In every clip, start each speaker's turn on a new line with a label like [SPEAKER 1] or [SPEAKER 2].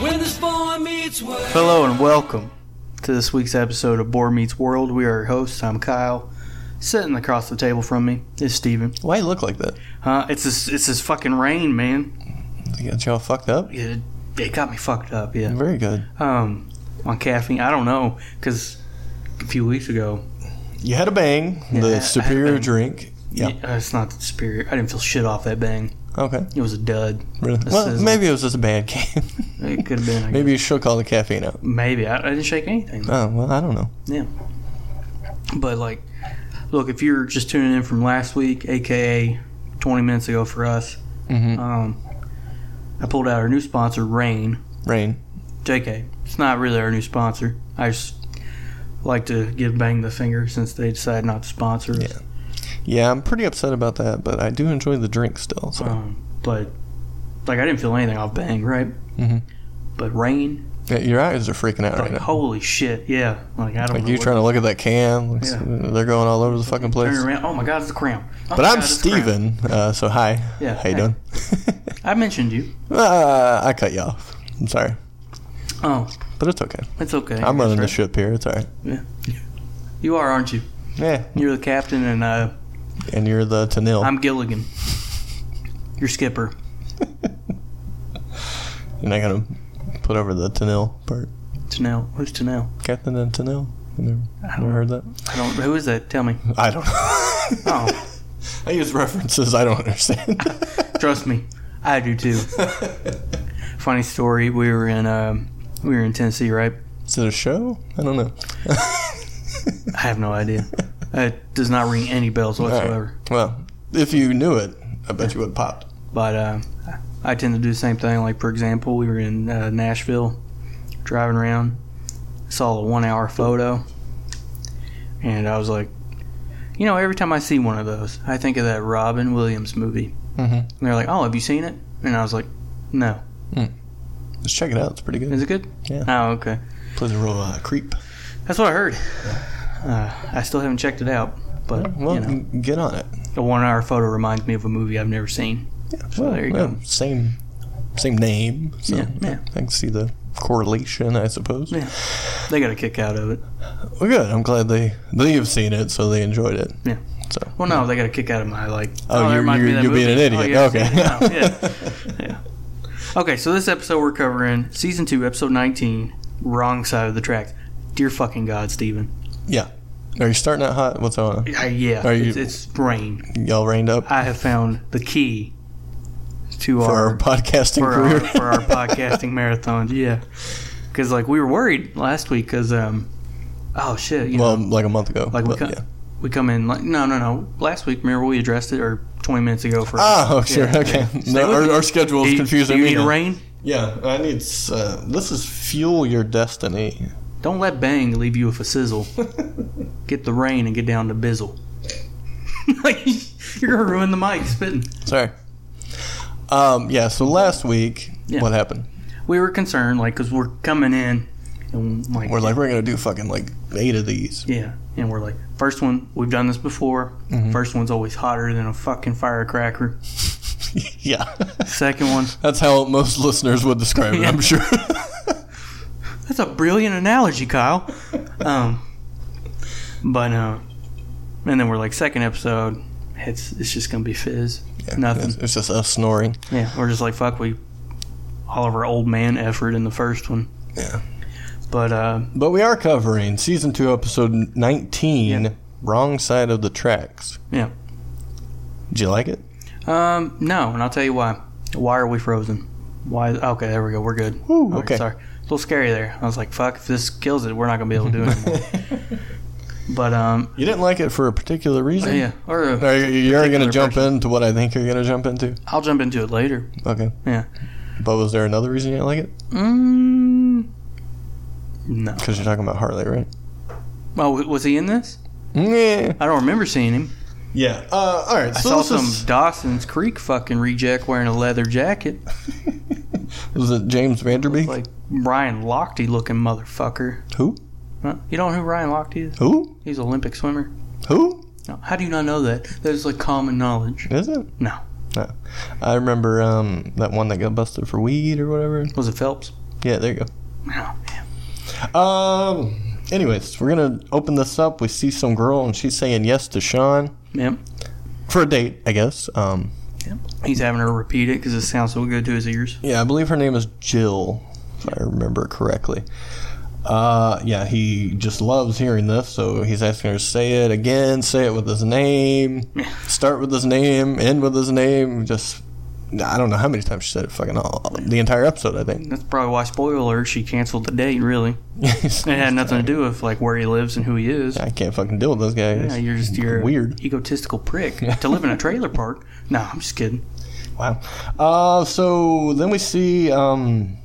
[SPEAKER 1] When this boy meets work.
[SPEAKER 2] Hello and welcome to this week's episode of Boar Meets World. We are your hosts. I'm Kyle. Sitting across the table from me is Steven.
[SPEAKER 3] Why you look like that?
[SPEAKER 2] Huh? It's this it's this fucking rain, man.
[SPEAKER 3] I got y'all fucked up.
[SPEAKER 2] It, it got me fucked up, yeah.
[SPEAKER 3] Very good.
[SPEAKER 2] Um, on caffeine, I don't know, because a few weeks ago,
[SPEAKER 3] You had a bang,
[SPEAKER 2] I- I had
[SPEAKER 3] the
[SPEAKER 2] a
[SPEAKER 3] superior
[SPEAKER 2] bang.
[SPEAKER 3] drink. Yeah.
[SPEAKER 2] uh, it's not superior. I didn't feel shit off that bang.
[SPEAKER 3] Okay.
[SPEAKER 2] It was a dud.
[SPEAKER 3] Really?
[SPEAKER 2] This
[SPEAKER 3] Well,
[SPEAKER 2] is-
[SPEAKER 3] maybe it was just a bad game.
[SPEAKER 2] It could have been. I
[SPEAKER 3] maybe you shook all the caffeine out.
[SPEAKER 2] Maybe I, I didn't shake anything.
[SPEAKER 3] Oh well, I don't know.
[SPEAKER 2] But like, look, if you're just tuning in from last week, aka 20 minutes ago for us,
[SPEAKER 3] Mm-hmm.
[SPEAKER 2] um, I pulled out our new sponsor, Rain.
[SPEAKER 3] Rain.
[SPEAKER 2] JK, it's not really our new sponsor. I just like to give Bang the finger since they decided not to sponsor us.
[SPEAKER 3] Yeah. Yeah, I'm pretty upset about that, but I do enjoy the drink still. So
[SPEAKER 2] Um, but like, I didn't feel anything off Bang, right?
[SPEAKER 3] Mhm.
[SPEAKER 2] But Rain,
[SPEAKER 3] yeah, your eyes are freaking out
[SPEAKER 2] like,
[SPEAKER 3] right now.
[SPEAKER 2] holy shit, yeah. Like I don't.
[SPEAKER 3] Oh, Like
[SPEAKER 2] know
[SPEAKER 3] you
[SPEAKER 2] what-
[SPEAKER 3] trying to look at that can.
[SPEAKER 2] Yeah.
[SPEAKER 3] They're going all over the fucking place.
[SPEAKER 2] Turn around. Oh my God, it's a cramp. Oh
[SPEAKER 3] But
[SPEAKER 2] my
[SPEAKER 3] I'm
[SPEAKER 2] God, it's a cramp.
[SPEAKER 3] Steven, uh, so hi.
[SPEAKER 2] Yeah,
[SPEAKER 3] How
[SPEAKER 2] hey.
[SPEAKER 3] you doing?
[SPEAKER 2] I mentioned you.
[SPEAKER 3] uh, I cut you off. I'm sorry,
[SPEAKER 2] Oh,
[SPEAKER 3] but it's okay.
[SPEAKER 2] it's okay.
[SPEAKER 3] I'm running the
[SPEAKER 2] That's
[SPEAKER 3] ship here. It's all right.
[SPEAKER 2] right. Yeah. You are, aren't you?
[SPEAKER 3] Yeah,
[SPEAKER 2] You're the captain, and uh,
[SPEAKER 3] and you're the Tanil.
[SPEAKER 2] I'm Gilligan. You're skipper.
[SPEAKER 3] You're not gonna put over the Tanil part.
[SPEAKER 2] Tanel. Who's Tanel?
[SPEAKER 3] Captain and Tanil. You never,
[SPEAKER 2] I
[SPEAKER 3] never
[SPEAKER 2] don't,
[SPEAKER 3] heard that?
[SPEAKER 2] I don't. Who is that? Tell me.
[SPEAKER 3] I don't know.
[SPEAKER 2] Oh,
[SPEAKER 3] I use references I don't understand.
[SPEAKER 2] trust me, I do too. Funny story. We were in um, we were in Tennessee, right?
[SPEAKER 3] Is it a show? I don't know.
[SPEAKER 2] I have no idea. It does not ring any bells
[SPEAKER 3] All right.
[SPEAKER 2] whatsoever.
[SPEAKER 3] Well, if you knew it, I bet you would have popped.
[SPEAKER 2] But uh, I tend to do the same thing. Like for example, we were in uh, Nashville, driving around, saw a one-hour photo, and I was like, you know, every time I see one of those, I think of that Robin Williams movie.
[SPEAKER 3] Mm-hmm.
[SPEAKER 2] And they're like, oh, have you seen it? And I was like, no.
[SPEAKER 3] Just check it out. It's pretty good.
[SPEAKER 2] Is it good?
[SPEAKER 3] Yeah.
[SPEAKER 2] Oh, okay.
[SPEAKER 3] Plays a real uh, creep.
[SPEAKER 2] That's what I heard. Uh, I still haven't checked it out, but
[SPEAKER 3] Well,
[SPEAKER 2] you know,
[SPEAKER 3] get on it.
[SPEAKER 2] a one-hour photo reminds me of a movie I've never seen. So
[SPEAKER 3] Well,
[SPEAKER 2] there you
[SPEAKER 3] well,
[SPEAKER 2] go.
[SPEAKER 3] Same, same name. So
[SPEAKER 2] Yeah, yeah.
[SPEAKER 3] I can see the correlation, I suppose.
[SPEAKER 2] Yeah. They got a kick out of it.
[SPEAKER 3] Well, good. I'm glad they they have seen it, so they enjoyed it.
[SPEAKER 2] Yeah.
[SPEAKER 3] So.
[SPEAKER 2] Well, no, they got a kick out of my like.
[SPEAKER 3] Oh,
[SPEAKER 2] that
[SPEAKER 3] you're-
[SPEAKER 2] reminds me
[SPEAKER 3] you're-
[SPEAKER 2] of that
[SPEAKER 3] you're being
[SPEAKER 2] movie."
[SPEAKER 3] an
[SPEAKER 2] Oh,
[SPEAKER 3] idiot.
[SPEAKER 2] yeah, I've
[SPEAKER 3] Okay.
[SPEAKER 2] seen it now. Yeah. yeah. Okay, so this episode we're covering season two, episode nineteen, wrong side of the tracks. Dear fucking God, Steven.
[SPEAKER 3] Yeah. Are you starting out hot? What's on?
[SPEAKER 2] I, yeah,
[SPEAKER 3] Are you-
[SPEAKER 2] it's, it's rain.
[SPEAKER 3] Y'all rained up
[SPEAKER 2] I have found the key to
[SPEAKER 3] for our
[SPEAKER 2] our
[SPEAKER 3] podcasting
[SPEAKER 2] for our,
[SPEAKER 3] career?
[SPEAKER 2] for our podcasting marathons. Yeah, because like we were worried last week because um, oh shit, you know,
[SPEAKER 3] well, like a month ago.
[SPEAKER 2] Like we
[SPEAKER 3] but
[SPEAKER 2] cut-
[SPEAKER 3] yeah.
[SPEAKER 2] we come in like no no no last week remember we addressed it or twenty minutes ago for
[SPEAKER 3] Ah, oh, sure.
[SPEAKER 2] Yeah.
[SPEAKER 3] okay.
[SPEAKER 2] Stay
[SPEAKER 3] No,
[SPEAKER 2] with
[SPEAKER 3] our,
[SPEAKER 2] me.
[SPEAKER 3] our schedule
[SPEAKER 2] Do
[SPEAKER 3] is
[SPEAKER 2] you-
[SPEAKER 3] confusing
[SPEAKER 2] do
[SPEAKER 3] me.
[SPEAKER 2] you need
[SPEAKER 3] now.
[SPEAKER 2] rain?
[SPEAKER 3] Yeah, I need. Uh, this is fuel your destiny.
[SPEAKER 2] Don't let bang leave you with a sizzle. get the rain and get down to bizzle. Like, You're gonna ruin the mic spitting.
[SPEAKER 3] Sorry. Um, yeah. So last week,
[SPEAKER 2] Yeah.
[SPEAKER 3] what happened?
[SPEAKER 2] We were concerned, like, cause we're coming in and like,
[SPEAKER 3] We're like, we're gonna do fucking like eight of these.
[SPEAKER 2] yeah, and we're like, first one, we've done this before.
[SPEAKER 3] Mm-hmm.
[SPEAKER 2] First one's always hotter than a fucking firecracker.
[SPEAKER 3] yeah.
[SPEAKER 2] Second one,
[SPEAKER 3] That's how most listeners would describe it.
[SPEAKER 2] Yeah.
[SPEAKER 3] I'm sure.
[SPEAKER 2] That's a brilliant analogy, Kyle. Um, but uh, and then we're like second episode. It's it's just gonna be fizz.
[SPEAKER 3] Yeah,
[SPEAKER 2] Nothing.
[SPEAKER 3] It's, it's just us snoring.
[SPEAKER 2] Yeah, we're just like fuck. We all of our old man effort in the first one.
[SPEAKER 3] Yeah.
[SPEAKER 2] But uh,
[SPEAKER 3] But we are covering season two, episode nineteen.
[SPEAKER 2] Yeah.
[SPEAKER 3] Wrong side of the tracks.
[SPEAKER 2] Yeah.
[SPEAKER 3] Did you like it?
[SPEAKER 2] um, no, and I'll tell you why. Why are we frozen? Why? Okay, there we go. We're good.
[SPEAKER 3] Woo,
[SPEAKER 2] All right,
[SPEAKER 3] okay.
[SPEAKER 2] sorry, a little scary there. I was like, fuck. If this kills it, we're not gonna be able to do it anymore. But um,
[SPEAKER 3] You didn't like it for a particular reason.
[SPEAKER 2] yeah, or uh,
[SPEAKER 3] Are you, you're going
[SPEAKER 2] Particular
[SPEAKER 3] to jump
[SPEAKER 2] person.
[SPEAKER 3] into what I think you're going to jump into.
[SPEAKER 2] I'll jump into it later.
[SPEAKER 3] Okay.
[SPEAKER 2] Yeah.
[SPEAKER 3] But was there another reason you didn't like it?
[SPEAKER 2] Mm, no.
[SPEAKER 3] Because you're talking about Harley, right?
[SPEAKER 2] Well, w- was he in this?
[SPEAKER 3] Yeah.
[SPEAKER 2] I don't remember seeing him.
[SPEAKER 3] Yeah. Uh, all right.
[SPEAKER 2] I
[SPEAKER 3] So
[SPEAKER 2] saw
[SPEAKER 3] this
[SPEAKER 2] some
[SPEAKER 3] is-
[SPEAKER 2] Dawson's Creek fucking reject wearing a leather jacket,
[SPEAKER 3] was it James Vanderbeek?
[SPEAKER 2] like Ryan Lochte looking motherfucker.
[SPEAKER 3] who?
[SPEAKER 2] Huh? You don't know who Ryan Lochte is?
[SPEAKER 3] Who?
[SPEAKER 2] He's an Olympic swimmer.
[SPEAKER 3] Who?
[SPEAKER 2] No. How do you not know that? That is like common knowledge.
[SPEAKER 3] Is it?
[SPEAKER 2] No.
[SPEAKER 3] No. I remember um, that one that got busted for weed or whatever.
[SPEAKER 2] Was it Phelps?
[SPEAKER 3] Yeah, there you
[SPEAKER 2] No. man.
[SPEAKER 3] go. Um. Anyways, we're gonna open this up. We see some girl and she's saying yes to Sean
[SPEAKER 2] Yep.
[SPEAKER 3] for a date, I guess. Um.
[SPEAKER 2] He's having her repeat it because it sounds so good to his ears.
[SPEAKER 3] Yeah, I believe her name is Jill, if I remember correctly. Uh, yeah, he just loves hearing this, so he's asking her to say it again, say it with his name, start with his name, end with his name. Just, I don't know how many times she said it, fucking all, the entire episode, I think.
[SPEAKER 2] That's probably why, spoiler alert, she canceled the date, really. It had nothing to do with like where he lives and who he is.
[SPEAKER 3] I can't fucking deal with this guy.
[SPEAKER 2] Yeah, you're just you're a
[SPEAKER 3] weird.
[SPEAKER 2] egotistical prick to live in a trailer park. No, I'm just kidding.
[SPEAKER 3] Wow. Uh, so then we see um,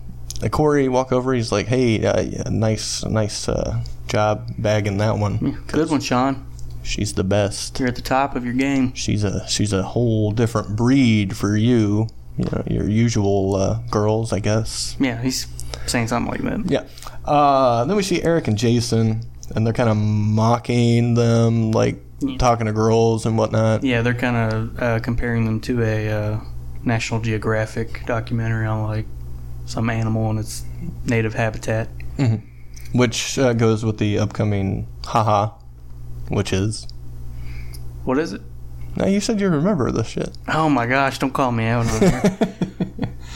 [SPEAKER 3] Corey walk over. He's like, "Hey, uh, yeah, nice, nice uh, job bagging that one.
[SPEAKER 2] Good one, Sean.
[SPEAKER 3] She's the best."
[SPEAKER 2] You're at the top of your game.
[SPEAKER 3] she's a she's a whole different breed for you. You know, your usual uh, girls, I guess.
[SPEAKER 2] Yeah, he's saying something like that.
[SPEAKER 3] Yeah. Uh, then we see Eric and Jason, and they're kind of mocking them, like talking to girls and whatnot.
[SPEAKER 2] Yeah, they're kind of uh, comparing them to a uh, National Geographic documentary on like some animal in its native habitat.
[SPEAKER 3] Which uh, goes with the upcoming haha, which is.
[SPEAKER 2] What is it?
[SPEAKER 3] Now you said you remember this shit.
[SPEAKER 2] Oh my gosh! Don't call me out on here.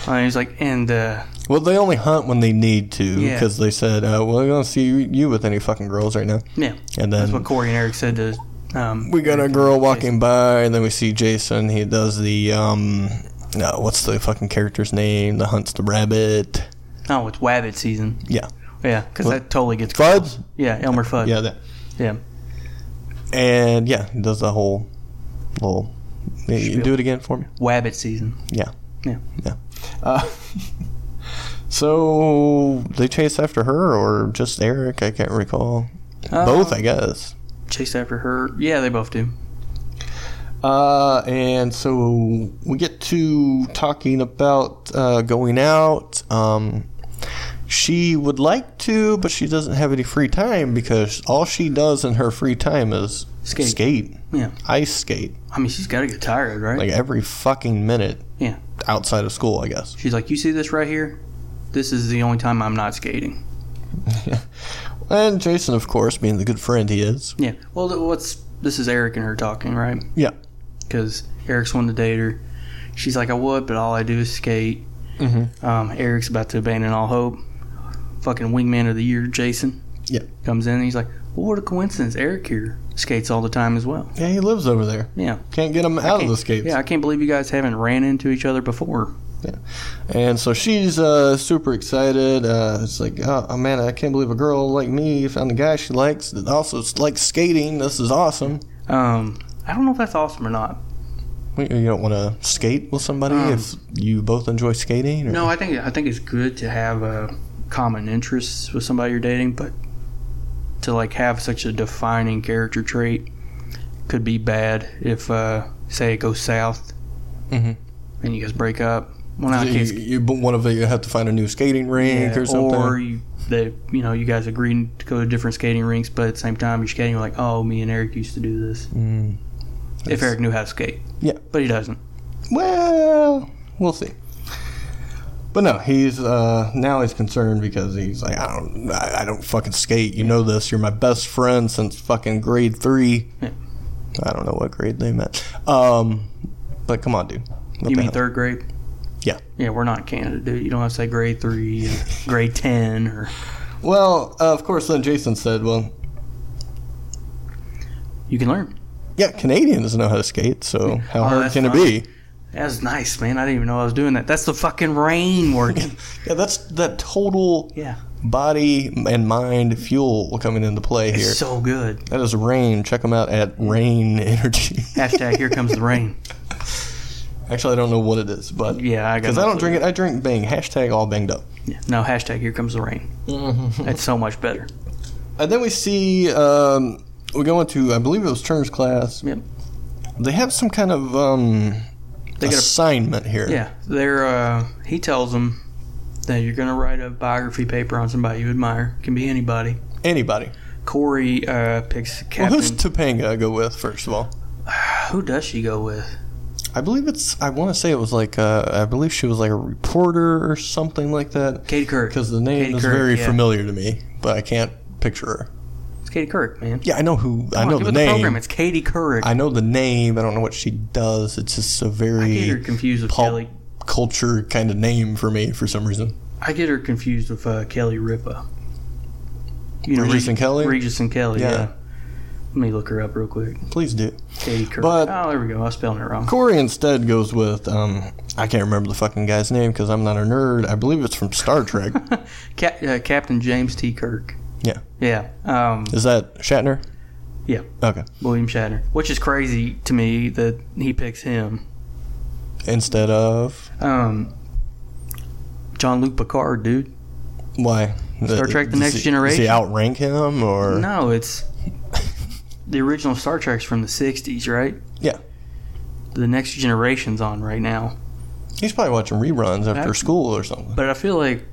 [SPEAKER 2] uh, he's like, and uh,
[SPEAKER 3] Well, they only hunt when they need to
[SPEAKER 2] Yeah.
[SPEAKER 3] because they said, uh, "Well, we don't see you- you with any fucking girls right now."
[SPEAKER 2] yeah,
[SPEAKER 3] And
[SPEAKER 2] that's
[SPEAKER 3] then
[SPEAKER 2] what Corey and Eric said to. Um,
[SPEAKER 3] we got a girl walking by, and then we see Jason. He does the um, no, what's the fucking character's name? The hunts the rabbit.
[SPEAKER 2] oh, it's Wabbit season.
[SPEAKER 3] Yeah,
[SPEAKER 2] Yeah, because
[SPEAKER 3] What?
[SPEAKER 2] that totally gets
[SPEAKER 3] Fuds.
[SPEAKER 2] Yeah, Elmer Fudd.
[SPEAKER 3] Yeah, that.
[SPEAKER 2] yeah.
[SPEAKER 3] And yeah, he does the whole little. You
[SPEAKER 2] Spiel.
[SPEAKER 3] do it again for me.
[SPEAKER 2] Wabbit season.
[SPEAKER 3] Yeah.
[SPEAKER 2] Yeah.
[SPEAKER 3] Yeah. Uh, so they chase after her, or just Eric? I can't recall. Both, I guess.
[SPEAKER 2] Chase after her. Yeah, they both do.
[SPEAKER 3] Uh, and so we get to talking about uh, going out. Um, she would like to, but she doesn't have any free time because all she does in her free time is
[SPEAKER 2] Skate. Yeah.
[SPEAKER 3] ice skate,
[SPEAKER 2] I mean, she's got to get tired, right?
[SPEAKER 3] like every fucking minute.
[SPEAKER 2] Yeah.
[SPEAKER 3] Outside of school, I guess.
[SPEAKER 2] She's like, you see this right here? This is the only time I'm not skating.
[SPEAKER 3] And Jason, of course, being the good friend he is.
[SPEAKER 2] Yeah. Well, th- what's this is Eric and her talking, right?
[SPEAKER 3] Yeah.
[SPEAKER 2] Because Eric's wanting to date her. She's like, I would, but all I do is skate.
[SPEAKER 3] Mhm.
[SPEAKER 2] Um, Eric's about to abandon all hope. Fucking wingman of the year, Jason.
[SPEAKER 3] Yeah.
[SPEAKER 2] Comes in and he's like, well, what a coincidence. Eric here skates all the time as well.
[SPEAKER 3] Yeah, he lives over there.
[SPEAKER 2] Yeah.
[SPEAKER 3] Can't get him out of
[SPEAKER 2] Can't-
[SPEAKER 3] the skates.
[SPEAKER 2] Yeah, I can't believe you guys haven't ran into each other before.
[SPEAKER 3] And so she's uh, super excited. Uh, it's like, oh, oh, man, I can't believe a girl like me found a guy she likes that also likes skating. This is awesome.
[SPEAKER 2] Um, I don't know if that's awesome or not.
[SPEAKER 3] Wait, You don't want to skate with somebody
[SPEAKER 2] Um,
[SPEAKER 3] if you both enjoy skating? Or?
[SPEAKER 2] No, I think I think it's good to have uh, common interests with somebody you're dating, but to like have such a defining character trait could be bad if uh, say it goes south
[SPEAKER 3] Mhm.
[SPEAKER 2] and you guys break up. Well, not
[SPEAKER 3] you,
[SPEAKER 2] kids,
[SPEAKER 3] you, but one of you have to find a new skating rink
[SPEAKER 2] yeah,
[SPEAKER 3] or something.
[SPEAKER 2] or you, they, you know, you guys agree to go to different skating rinks, but at the same time you're skating. You're like, oh, me and Eric used to do this.
[SPEAKER 3] Mm.
[SPEAKER 2] If Eric knew how to skate,
[SPEAKER 3] Yeah.
[SPEAKER 2] but he doesn't.
[SPEAKER 3] Well, we'll see. But no, he's uh, now he's concerned because he's like, I don't, I, I don't fucking skate. You know this. You're my best friend since fucking grade three.
[SPEAKER 2] Yeah.
[SPEAKER 3] I don't know what grade they met. Um, but come on, dude. What
[SPEAKER 2] You
[SPEAKER 3] the
[SPEAKER 2] mean
[SPEAKER 3] hell?
[SPEAKER 2] third grade?
[SPEAKER 3] Yeah.
[SPEAKER 2] Yeah, we're not in Canada, dude. You don't have to say grade three, and grade ten, or
[SPEAKER 3] Well, uh, of course. Then Jason said, "Well,
[SPEAKER 2] you can learn.
[SPEAKER 3] yeah, Canadians know how to skate. So how
[SPEAKER 2] Oh,
[SPEAKER 3] hard
[SPEAKER 2] that's
[SPEAKER 3] can
[SPEAKER 2] fine.
[SPEAKER 3] it be?
[SPEAKER 2] That was nice, man. I didn't even know I was doing that. That's the fucking rain working.
[SPEAKER 3] Yeah, that's that total
[SPEAKER 2] yeah.
[SPEAKER 3] body and mind fuel coming into play here.
[SPEAKER 2] It's so good.
[SPEAKER 3] that is Rain. Check them out at Rain Energy.
[SPEAKER 2] Hashtag here comes the rain.
[SPEAKER 3] Actually, I don't know what it is, but
[SPEAKER 2] Yeah, I got
[SPEAKER 3] because
[SPEAKER 2] no
[SPEAKER 3] I don't
[SPEAKER 2] clue.
[SPEAKER 3] drink it. I drink Bang. Hashtag all banged up.
[SPEAKER 2] Yeah. No, hashtag here comes the rain. That's so much better.
[SPEAKER 3] And then we see um, we go into I believe it was Turner's class.
[SPEAKER 2] Yep.
[SPEAKER 3] They have some kind of um,
[SPEAKER 2] They get a-
[SPEAKER 3] assignment here.
[SPEAKER 2] Yeah, they're. Uh, he tells them that you're going to write a biography paper on somebody you admire. Can be anybody.
[SPEAKER 3] Anybody.
[SPEAKER 2] Corey uh, picks
[SPEAKER 3] Well,
[SPEAKER 2] Captain.
[SPEAKER 3] who's Topanga go with first of all?
[SPEAKER 2] Who does she go with?
[SPEAKER 3] I believe it's. I want to say it was like. Uh, I believe she was like a reporter or something like that.
[SPEAKER 2] Katie Kirk.
[SPEAKER 3] Because the name
[SPEAKER 2] Katie
[SPEAKER 3] is
[SPEAKER 2] Couric,
[SPEAKER 3] very
[SPEAKER 2] yeah.
[SPEAKER 3] familiar to me, but I can't picture her.
[SPEAKER 2] It's Katie Kirk, man.
[SPEAKER 3] Yeah, I know who.
[SPEAKER 2] Come
[SPEAKER 3] I
[SPEAKER 2] on,
[SPEAKER 3] know
[SPEAKER 2] get
[SPEAKER 3] the
[SPEAKER 2] with
[SPEAKER 3] name.
[SPEAKER 2] program. It's Katie Couric.
[SPEAKER 3] I know the name. I don't know what she does. It's just a
[SPEAKER 2] I get her
[SPEAKER 3] very
[SPEAKER 2] confused with
[SPEAKER 3] pulp
[SPEAKER 2] Kelly.
[SPEAKER 3] culture kind of name for me for some reason.
[SPEAKER 2] I get her confused with uh, Kelly Ripa. You
[SPEAKER 3] Regis
[SPEAKER 2] Reg-
[SPEAKER 3] and Kelly?
[SPEAKER 2] Regis and Kelly.
[SPEAKER 3] Yeah.
[SPEAKER 2] Yeah. Let me look her up real quick.
[SPEAKER 3] Please do.
[SPEAKER 2] Katie Kirk.
[SPEAKER 3] But-
[SPEAKER 2] oh, there we go. I was spelling it wrong.
[SPEAKER 3] Corey instead goes with um, I can't remember the fucking guy's name because I'm not a nerd. I believe it's from Star Trek.
[SPEAKER 2] Cap- uh, Captain James T. Kirk.
[SPEAKER 3] Yeah.
[SPEAKER 2] Yeah. Um,
[SPEAKER 3] Is that Shatner?
[SPEAKER 2] Yeah.
[SPEAKER 3] Okay.
[SPEAKER 2] William Shatner, which is crazy to me that he picks him.
[SPEAKER 3] Instead of
[SPEAKER 2] Um, John Luke Picard, dude.
[SPEAKER 3] why
[SPEAKER 2] Star Trek The
[SPEAKER 3] Does
[SPEAKER 2] Next
[SPEAKER 3] he- Does
[SPEAKER 2] Generation?
[SPEAKER 3] he outrank him or
[SPEAKER 2] No, it's the original Star Trek's from the '60s, right?
[SPEAKER 3] Yeah.
[SPEAKER 2] The Next Generation's on right now,
[SPEAKER 3] he's probably watching reruns after
[SPEAKER 2] That-
[SPEAKER 3] school or something?
[SPEAKER 2] but I feel like,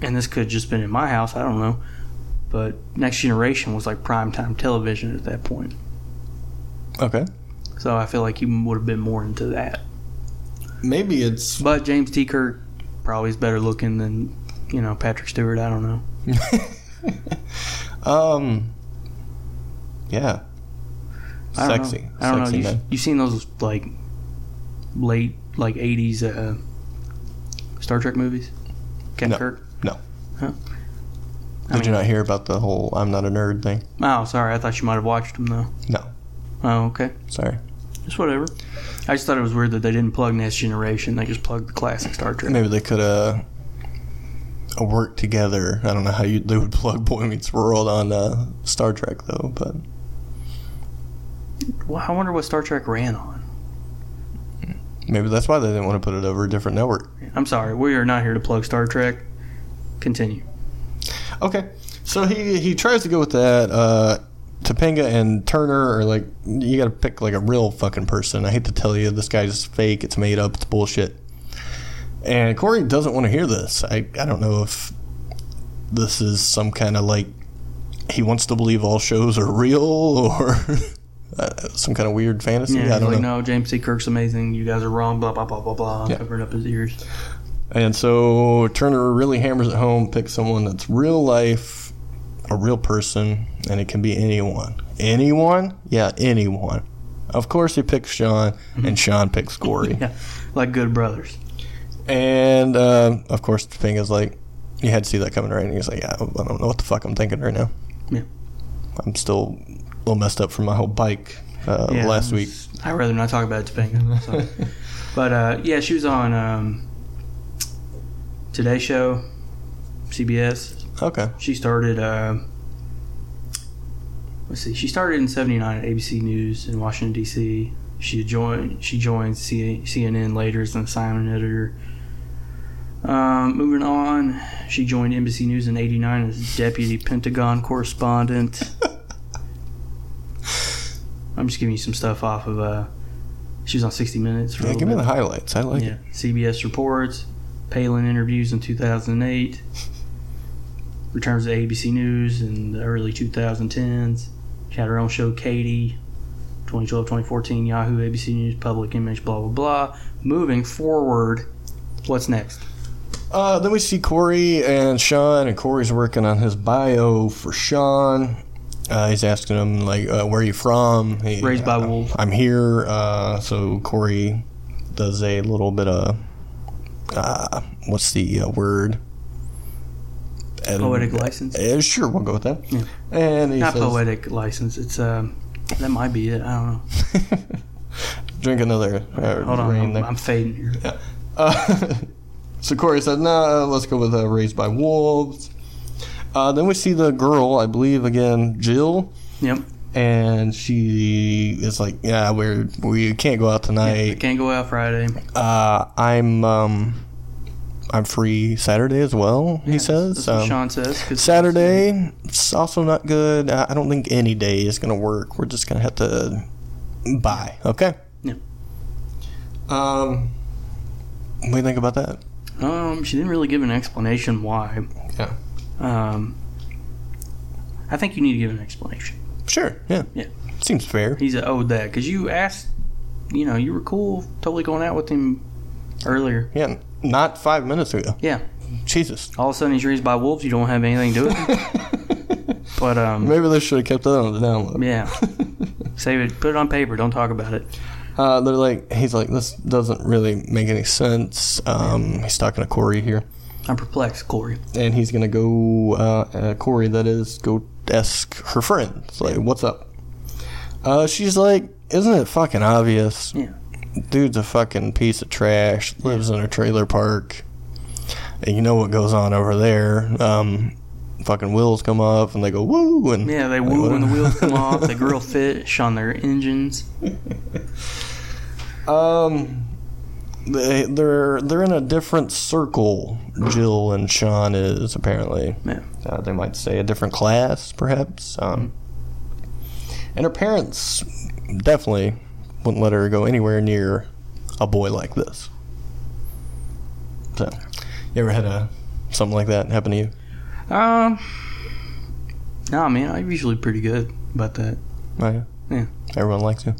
[SPEAKER 2] and this could have just been in my house. I don't know, but Next Generation was like primetime television at that point,
[SPEAKER 3] Okay.
[SPEAKER 2] so I feel like he would have been more into that.
[SPEAKER 3] Maybe it's
[SPEAKER 2] But James T. Kirk probably is better looking than you know Patrick Stewart. I don't know.
[SPEAKER 3] um. Yeah.
[SPEAKER 2] I don't
[SPEAKER 3] Sexy.
[SPEAKER 2] Know. I don't
[SPEAKER 3] Sexy
[SPEAKER 2] know. You,
[SPEAKER 3] man.
[SPEAKER 2] you've seen those like late like '80s uh, Star Trek movies? Captain
[SPEAKER 3] No.
[SPEAKER 2] Kirk.
[SPEAKER 3] No.
[SPEAKER 2] Huh?
[SPEAKER 3] Did
[SPEAKER 2] I
[SPEAKER 3] you
[SPEAKER 2] mean-
[SPEAKER 3] not hear about the whole "I'm not a nerd" thing?
[SPEAKER 2] Oh, sorry. I thought you might have watched them though.
[SPEAKER 3] No.
[SPEAKER 2] Oh, okay.
[SPEAKER 3] Sorry.
[SPEAKER 2] Just whatever. I just thought it was weird that they didn't plug Next Generation. They just plugged the classic Star Trek.
[SPEAKER 3] Maybe they could uh, uh, work together. I don't know how you they would plug Boy Meets World on uh, Star Trek though, but
[SPEAKER 2] Well, I wonder what Star Trek ran on.
[SPEAKER 3] maybe that's why they didn't want to put it over a different network.
[SPEAKER 2] I'm sorry. We are not here to plug Star Trek. Continue.
[SPEAKER 3] Okay, so he he tries to go with that. Uh, Topanga and Turner are like, you got to pick like a real fucking person. I hate to tell you, this guy's fake. It's made up. It's bullshit. And Corey doesn't want to hear this. I I don't know if this is some kind of like he wants to believe all shows are real or uh, some kind of weird fantasy.
[SPEAKER 2] Yeah,
[SPEAKER 3] I
[SPEAKER 2] he's
[SPEAKER 3] don't
[SPEAKER 2] like,
[SPEAKER 3] know.
[SPEAKER 2] no, James C. Kirk's amazing. You guys are wrong. Blah blah blah blah blah.
[SPEAKER 3] Yeah.
[SPEAKER 2] Covering up his ears.
[SPEAKER 3] And so Turner really hammers it home, pick someone that's real life, a real person, and it can be anyone. Anyone? Yeah, anyone. Of course he picks Sean, and Sean picks Corey.
[SPEAKER 2] Yeah, like good brothers.
[SPEAKER 3] And um, of course the thing is like, you had to see that coming, right? And he's like, yeah, I don't know what the fuck I'm thinking right now.
[SPEAKER 2] Yeah.
[SPEAKER 3] I'm still a little messed up from my whole bike uh,
[SPEAKER 2] Yeah,
[SPEAKER 3] last
[SPEAKER 2] it
[SPEAKER 3] week.
[SPEAKER 2] was- I'd rather not talk about Topanga. So. but uh, yeah, she was on um, Today Show, CBS.
[SPEAKER 3] Okay.
[SPEAKER 2] She started. Uh, let's see. She started in '79 at ABC News in Washington D.C. She joined. She joined C- CNN later as an assignment editor. Um, moving on, she joined NBC News in '89 as deputy Pentagon correspondent. I'm just giving you some stuff off of. Uh, she was on 60 Minutes. For a
[SPEAKER 3] Yeah,
[SPEAKER 2] little
[SPEAKER 3] give me
[SPEAKER 2] bit.
[SPEAKER 3] the highlights. I like
[SPEAKER 2] Yeah,
[SPEAKER 3] it.
[SPEAKER 2] CBS reports, Palin interviews in 2008, returns to ABC News in the early 2010s. She had her own show, Katie, 2012, 2014, Yahoo, ABC News, Public Image, blah, blah, blah. Moving forward, what's next?
[SPEAKER 3] Uh, then we see Corey and Sean, and Corey's working on his bio for Sean. Uh, he's asking him like, uh, "Where are you from?" He,
[SPEAKER 2] Raised by
[SPEAKER 3] uh,
[SPEAKER 2] wolves.
[SPEAKER 3] I'm here. Uh, so Corey does a little bit of uh, what's the uh, word? And-
[SPEAKER 2] Poetic license?
[SPEAKER 3] Uh, sure, we'll go with that.
[SPEAKER 2] Yeah.
[SPEAKER 3] And he
[SPEAKER 2] Not
[SPEAKER 3] says,
[SPEAKER 2] poetic license. It's, um, that might be it. I don't know.
[SPEAKER 3] "Drink another." Uh,
[SPEAKER 2] Hold on.
[SPEAKER 3] rain
[SPEAKER 2] I'm,
[SPEAKER 3] there.
[SPEAKER 2] I'm fading here.
[SPEAKER 3] Uh, so Corey said, "No, let's go with uh, Raised by Wolves." Uh, then we see the girl, I believe, again, Jill,
[SPEAKER 2] Yep.
[SPEAKER 3] and she is like, "Yeah, we're we can't go out
[SPEAKER 2] I
[SPEAKER 3] tonight.
[SPEAKER 2] can't go out Friday.
[SPEAKER 3] Uh, I'm um, I'm free Saturday as well." He says.
[SPEAKER 2] That's what
[SPEAKER 3] Um,
[SPEAKER 2] Sean says. 'cause-
[SPEAKER 3] Saturday, it's also not good. I I don't think any day is going to work. We're just going to have to buy. Okay.
[SPEAKER 2] Yeah.
[SPEAKER 3] Um, what do you think about that?
[SPEAKER 2] Um, she didn't really give an explanation why.
[SPEAKER 3] Yeah.
[SPEAKER 2] Um, I think you need to give an explanation.
[SPEAKER 3] Sure. Yeah.
[SPEAKER 2] Yeah.
[SPEAKER 3] Seems fair.
[SPEAKER 2] He's a owed that because you asked. You know, you were cool, totally going out with him earlier.
[SPEAKER 3] Yeah. Not five minutes ago.
[SPEAKER 2] Yeah.
[SPEAKER 3] Jesus.
[SPEAKER 2] All of a sudden, he's raised by wolves. You don't have anything to do with him. but um,
[SPEAKER 3] Maybe they should have kept that on the download.
[SPEAKER 2] yeah, save it. Put it on paper. Don't talk about it.
[SPEAKER 3] Uh, they're like, he's like, this doesn't really make any sense. Um, he's talking to Corey here,
[SPEAKER 2] I'm perplexed, Corey.
[SPEAKER 3] and he's gonna go, uh, uh Corey, that is, go ask her friend. It's like, what's up? Uh, she's like, isn't it fucking obvious?
[SPEAKER 2] Yeah.
[SPEAKER 3] Dude's a fucking piece of trash. Lives in a trailer park. And you know what goes on over there. Um, fucking wheels come up and they go woo and
[SPEAKER 2] Yeah, they
[SPEAKER 3] like,
[SPEAKER 2] woo
[SPEAKER 3] what-
[SPEAKER 2] when the wheels come off. They grill fish on their engines.
[SPEAKER 3] Um, they they're they're in a different circle. Jill and Sean is apparently.
[SPEAKER 2] Yeah.
[SPEAKER 3] Uh, they might say a different class, perhaps. Um,
[SPEAKER 2] Mm-hmm.
[SPEAKER 3] and her parents definitely wouldn't let her go anywhere near a boy like this. So, you ever had a something like that happen to you?
[SPEAKER 2] Um, nah, man, I'm usually pretty good about that.
[SPEAKER 3] Oh, yeah.
[SPEAKER 2] Yeah.
[SPEAKER 3] Everyone likes you.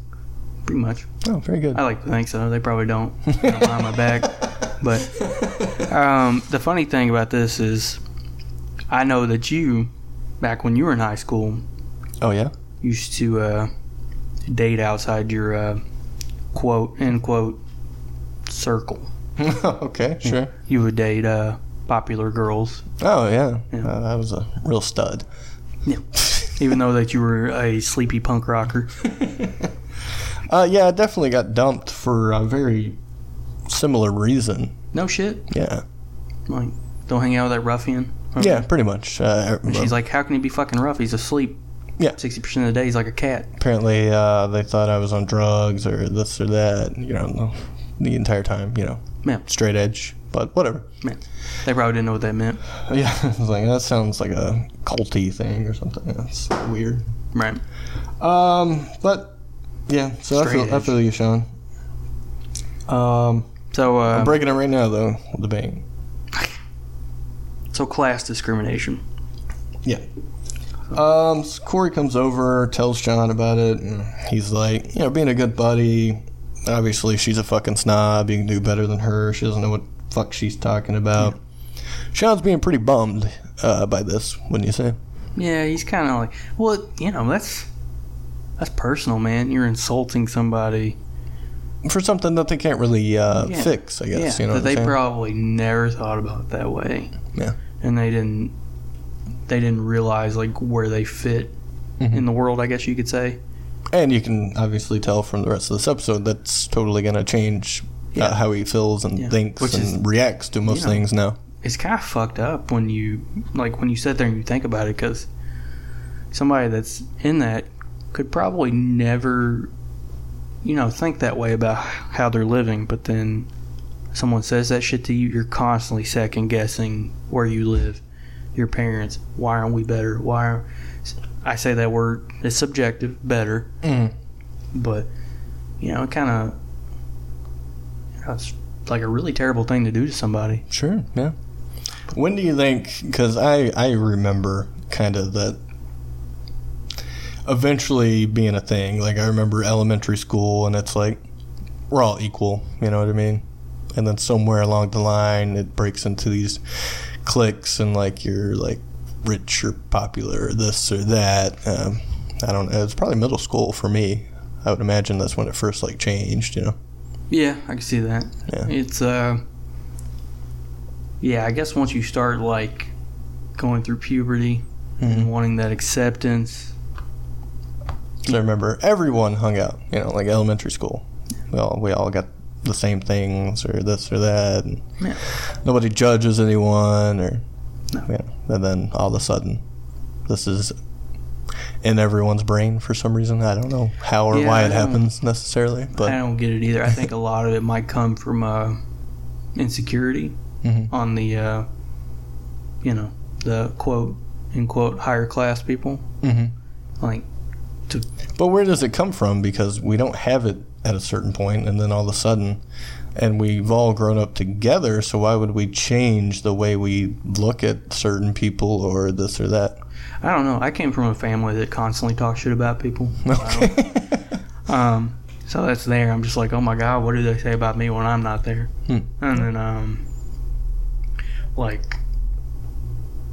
[SPEAKER 2] Pretty much.
[SPEAKER 3] Oh, very good.
[SPEAKER 2] I like to think so. They probably don't you know, behind my back. But um, the funny thing about this is, I know that you, back when you were in high school,
[SPEAKER 3] oh yeah.
[SPEAKER 2] used to uh, date outside your uh, quote end quote circle.
[SPEAKER 3] okay. Sure.
[SPEAKER 2] You would date uh, popular girls,
[SPEAKER 3] Oh yeah.
[SPEAKER 2] Yeah.
[SPEAKER 3] Uh, that was a real stud.
[SPEAKER 2] even though that you were a sleepy punk rocker.
[SPEAKER 3] Uh, yeah, I definitely got dumped for a very similar reason.
[SPEAKER 2] No shit.
[SPEAKER 3] Yeah.
[SPEAKER 2] Like, don't hang out with that ruffian.
[SPEAKER 3] Yeah, pretty much. Uh,
[SPEAKER 2] And she's like, how can he be fucking rough? He's asleep.
[SPEAKER 3] Yeah.
[SPEAKER 2] 60% of the day, he's like a cat.
[SPEAKER 3] apparently, uh, they thought I was on drugs or this or that. You don't know the entire time. You know,
[SPEAKER 2] Yeah.
[SPEAKER 3] straight edge. But whatever.
[SPEAKER 2] They probably didn't know what that meant.
[SPEAKER 3] Yeah, I was like that sounds like a culty thing or something. That's weird.
[SPEAKER 2] Right.
[SPEAKER 3] Um, but yeah. So I
[SPEAKER 2] Straight
[SPEAKER 3] feel, I
[SPEAKER 2] edge.
[SPEAKER 3] feel you, Sean. Um,
[SPEAKER 2] So, uh,
[SPEAKER 3] I'm breaking it right now though with the bang.
[SPEAKER 2] so class discrimination.
[SPEAKER 3] Um, so Corey comes over, tells John about it, and he's like, you know, being a good buddy. Obviously, she's a fucking snob. You can do better than her. She doesn't know what fuck she's talking about. Sean's being pretty bummed uh, by this, wouldn't you say?
[SPEAKER 2] Yeah, he's kind of like, well, you know, that's that's personal, man. You're insulting somebody.
[SPEAKER 3] For something that they can't really uh,
[SPEAKER 2] Yeah.
[SPEAKER 3] fix, I guess.
[SPEAKER 2] yeah,
[SPEAKER 3] you know
[SPEAKER 2] that
[SPEAKER 3] what
[SPEAKER 2] they
[SPEAKER 3] I'm saying?
[SPEAKER 2] probably never thought about that way.
[SPEAKER 3] Yeah.
[SPEAKER 2] And they didn't they didn't realize like where they fit
[SPEAKER 3] Mhm.
[SPEAKER 2] in the world, I guess you could say.
[SPEAKER 3] and you can obviously tell from the rest of this episode that's totally going to change
[SPEAKER 2] Yeah.
[SPEAKER 3] uh, how he feels and
[SPEAKER 2] Yeah.
[SPEAKER 3] thinks
[SPEAKER 2] Which
[SPEAKER 3] and
[SPEAKER 2] is-
[SPEAKER 3] reacts to most
[SPEAKER 2] Yeah.
[SPEAKER 3] things now.
[SPEAKER 2] it's kind of fucked up when you like when you sit there and you think about it because somebody that's in that could probably never you know think that way about how they're living but then someone says that shit to you you're constantly second guessing where you live your parents why aren't we better why are i say that word it's subjective better
[SPEAKER 3] Mm.
[SPEAKER 2] but you know it kind of you know, it's like a really terrible thing to do to somebody
[SPEAKER 3] Sure, yeah. When do you think? Because I I remember kind of that eventually being a thing. Like I remember elementary school, and it's like we're all equal. You know what I mean? And then somewhere along the line, it breaks into these cliques, and like you're like rich or popular or this or that. Um, I don't know. It's probably middle school for me. I would imagine that's when it first like changed. You know?
[SPEAKER 2] Yeah, I can see that.
[SPEAKER 3] Yeah.
[SPEAKER 2] It's uh Yeah, I guess once you start like going through puberty
[SPEAKER 3] Mm-hmm.
[SPEAKER 2] and wanting that acceptance.
[SPEAKER 3] So I remember everyone hung out, you know, like elementary school. We all, we all got the same things or this or that. And
[SPEAKER 2] Yeah.
[SPEAKER 3] Nobody judges anyone or
[SPEAKER 2] snow.
[SPEAKER 3] Yeah. And then all of a sudden, this is in everyone's brain for some reason. I don't know how or
[SPEAKER 2] Yeah,
[SPEAKER 3] why
[SPEAKER 2] I
[SPEAKER 3] it
[SPEAKER 2] don't-
[SPEAKER 3] happens necessarily, but
[SPEAKER 2] I don't get it either. I think a lot of it might come from uh, insecurity
[SPEAKER 3] Mhm.
[SPEAKER 2] on the, uh, you know, the quote, in quote, higher class people.
[SPEAKER 3] Mhm.
[SPEAKER 2] Like,
[SPEAKER 3] But where does it come from? Because we don't have it at a certain point, and then all of a sudden, and we've all grown up together, so why would we change the way we look at certain people or this or that?
[SPEAKER 2] I don't know. I came from a family that constantly talks shit about people.
[SPEAKER 3] Okay.
[SPEAKER 2] Um, so that's there. I'm just like, oh my god, what do they say about me when I'm not there?
[SPEAKER 3] Hmm.
[SPEAKER 2] And then, um, like